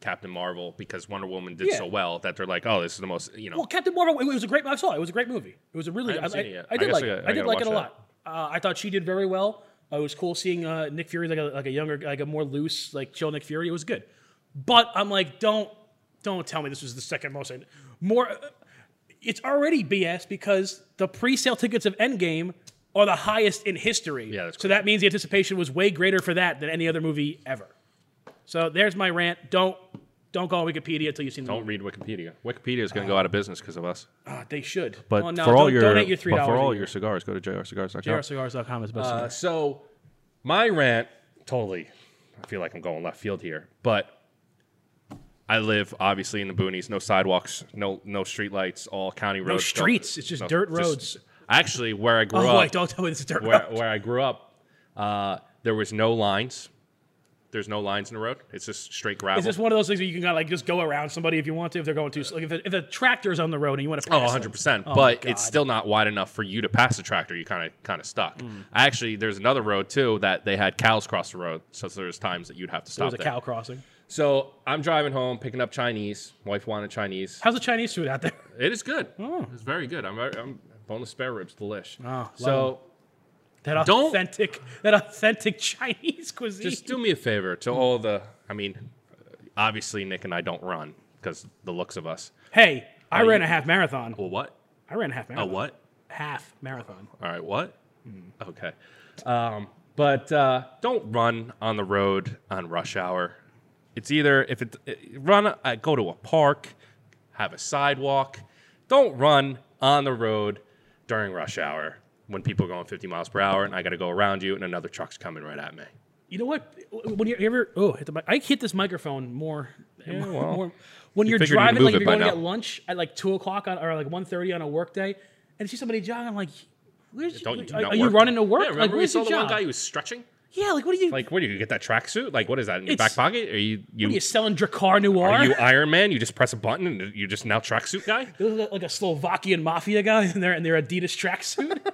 Captain Marvel, because Wonder Woman did Yeah. so well that they're like, oh, this is the most, you know. Well, Captain Marvel, it was a great. I saw it. It was a great movie. It was a really. I, haven't I- seen it yet. I I did guess like I- it. I I did gotta like it a watch lot. Uh, I thought she did very well. Uh, it was cool seeing uh, Nick Fury like a, like a younger, like a more loose, like chill Nick Fury. It was good. But I'm like, don't don't tell me this was the second most. More, uh, it's already BS because the pre-sale tickets of Endgame are the highest in history. Yeah, that's so that means the anticipation was way greater for that than any other movie ever. So there's my rant. Don't don't go on Wikipedia until you've seen the movie. don't read Wikipedia. Wikipedia is going to go out of business because of us. Ah, they should. But Oh, Well, no, for all don't- your, donate your three but for dollars. all your cigars, go to jrcigars.com. JRCigars.com is best. Uh, so my rant totally i feel like i'm going left field here but i live obviously in the boonies no sidewalks no no street lights all county roads streets, it's just dirt roads. actually where i grew oh up boy, don't tell me this is dirt where, road. where I grew up, uh, there was no lines. There's no lines in the road. It's just straight gravel. Is this one of those things that you can kind of like just go around somebody if you want to if they're going too slow? Like if, the, if the tractor's on the road and you want to pass Oh, them. 100 percent. Oh, But God. it's still not wide enough for you to pass the tractor. You kind of kind of stuck. Mm. Actually, there's another road too that they had cows cross the road. So there's times that you'd have to There stop. was a there. cow crossing. So I'm driving home, picking up Chinese. Wife wanted Chinese. How's the Chinese food out there? It is good. Oh. It's very good. I'm, I'm boneless spare ribs, delish. love so That Don't- authentic, that authentic Chinese cuisine. just do me a favor to all the. I mean, obviously Nick and I don't run because the looks of us. hey, I you- ran a half marathon. Well, what? I ran a half A marathon. what? Half marathon. All right, what? Mm-hmm. Okay. Um, but uh, don't run on the road on rush hour. It's either if it eh, run, uh, go to a park, have a sidewalk. Don't run on the road during rush hour when people are going 50 miles per hour and I got to go around you and another truck's coming right at me. You know what? When you ever oh, hit the mic. I hit this microphone more. more, more- when you're figured you'd driving, move like it if you're by going to now. get lunch at like two o'clock on, or like 1.30 on a work day, and see somebody jogging, I'm like, where's Don't you are, not are you work? running to work? Yeah, remember like, we where's saw your the job? one guy who was stretching? yeah, like what are you? Like, what do you get that tracksuit? Like, what is that in your It's- back pocket? Are you you, what are you selling Dracar Noir? are you Iron Man? You just press a button and you're just now tracksuit guy? Those are like a Slovakian mafia guy in their in their Adidas tracksuit.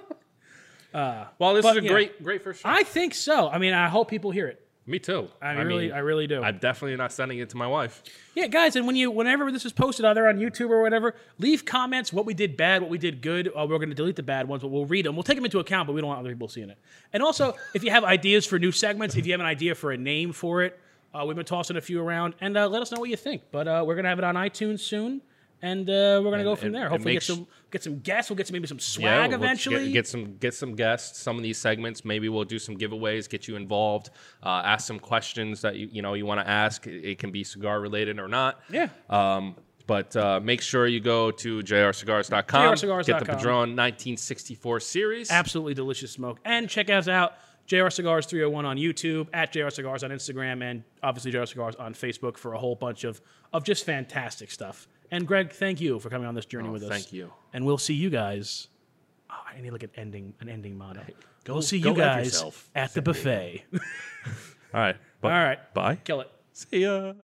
Well, this But, is a yeah. great great first. shot. I think so. I mean, I hope people hear it. Me too. I, really, I really do. I'm definitely not sending it to my wife. Yeah, guys, and when you whenever this is posted either on YouTube or whatever, leave comments what we did bad, what we did good. Uh, we're going to delete the bad ones, but we'll read them. We'll take them into account, but we don't want other people seeing it. And also, if you have ideas for new segments, if you have an idea for a name for it, uh, we've been tossing a few around, and uh, let us know what you think. But uh, we're going to have it on iTunes soon, and uh, we're going to go from and- there. and Hopefully, make get sh- some get some guests. We'll get some maybe some swag we'll get- eventually. Get, some get some guests. Some of these segments, maybe we'll do some giveaways. Get you involved. Uh, ask some questions that you you know you want to ask. It, it can be cigar related or not. Yeah. Um, but uh, make sure you go to jrcigars.com. Get the jrcigars.com. Padron 1964 series. absolutely delicious smoke. And check us out, JR Cigars 301 on YouTube, at JR Cigars on Instagram, and obviously JR Cigars on Facebook for a whole bunch of, of just fantastic stuff. And Greg, thank you for coming on this journey with us. Oh, thank you. And we'll see you guys. Oh, I need like an ending, an ending motto. Go, we'll see go you F guys yourself, at the buffet. All right. All Bye. right, Bye. kill it. uh, See ya.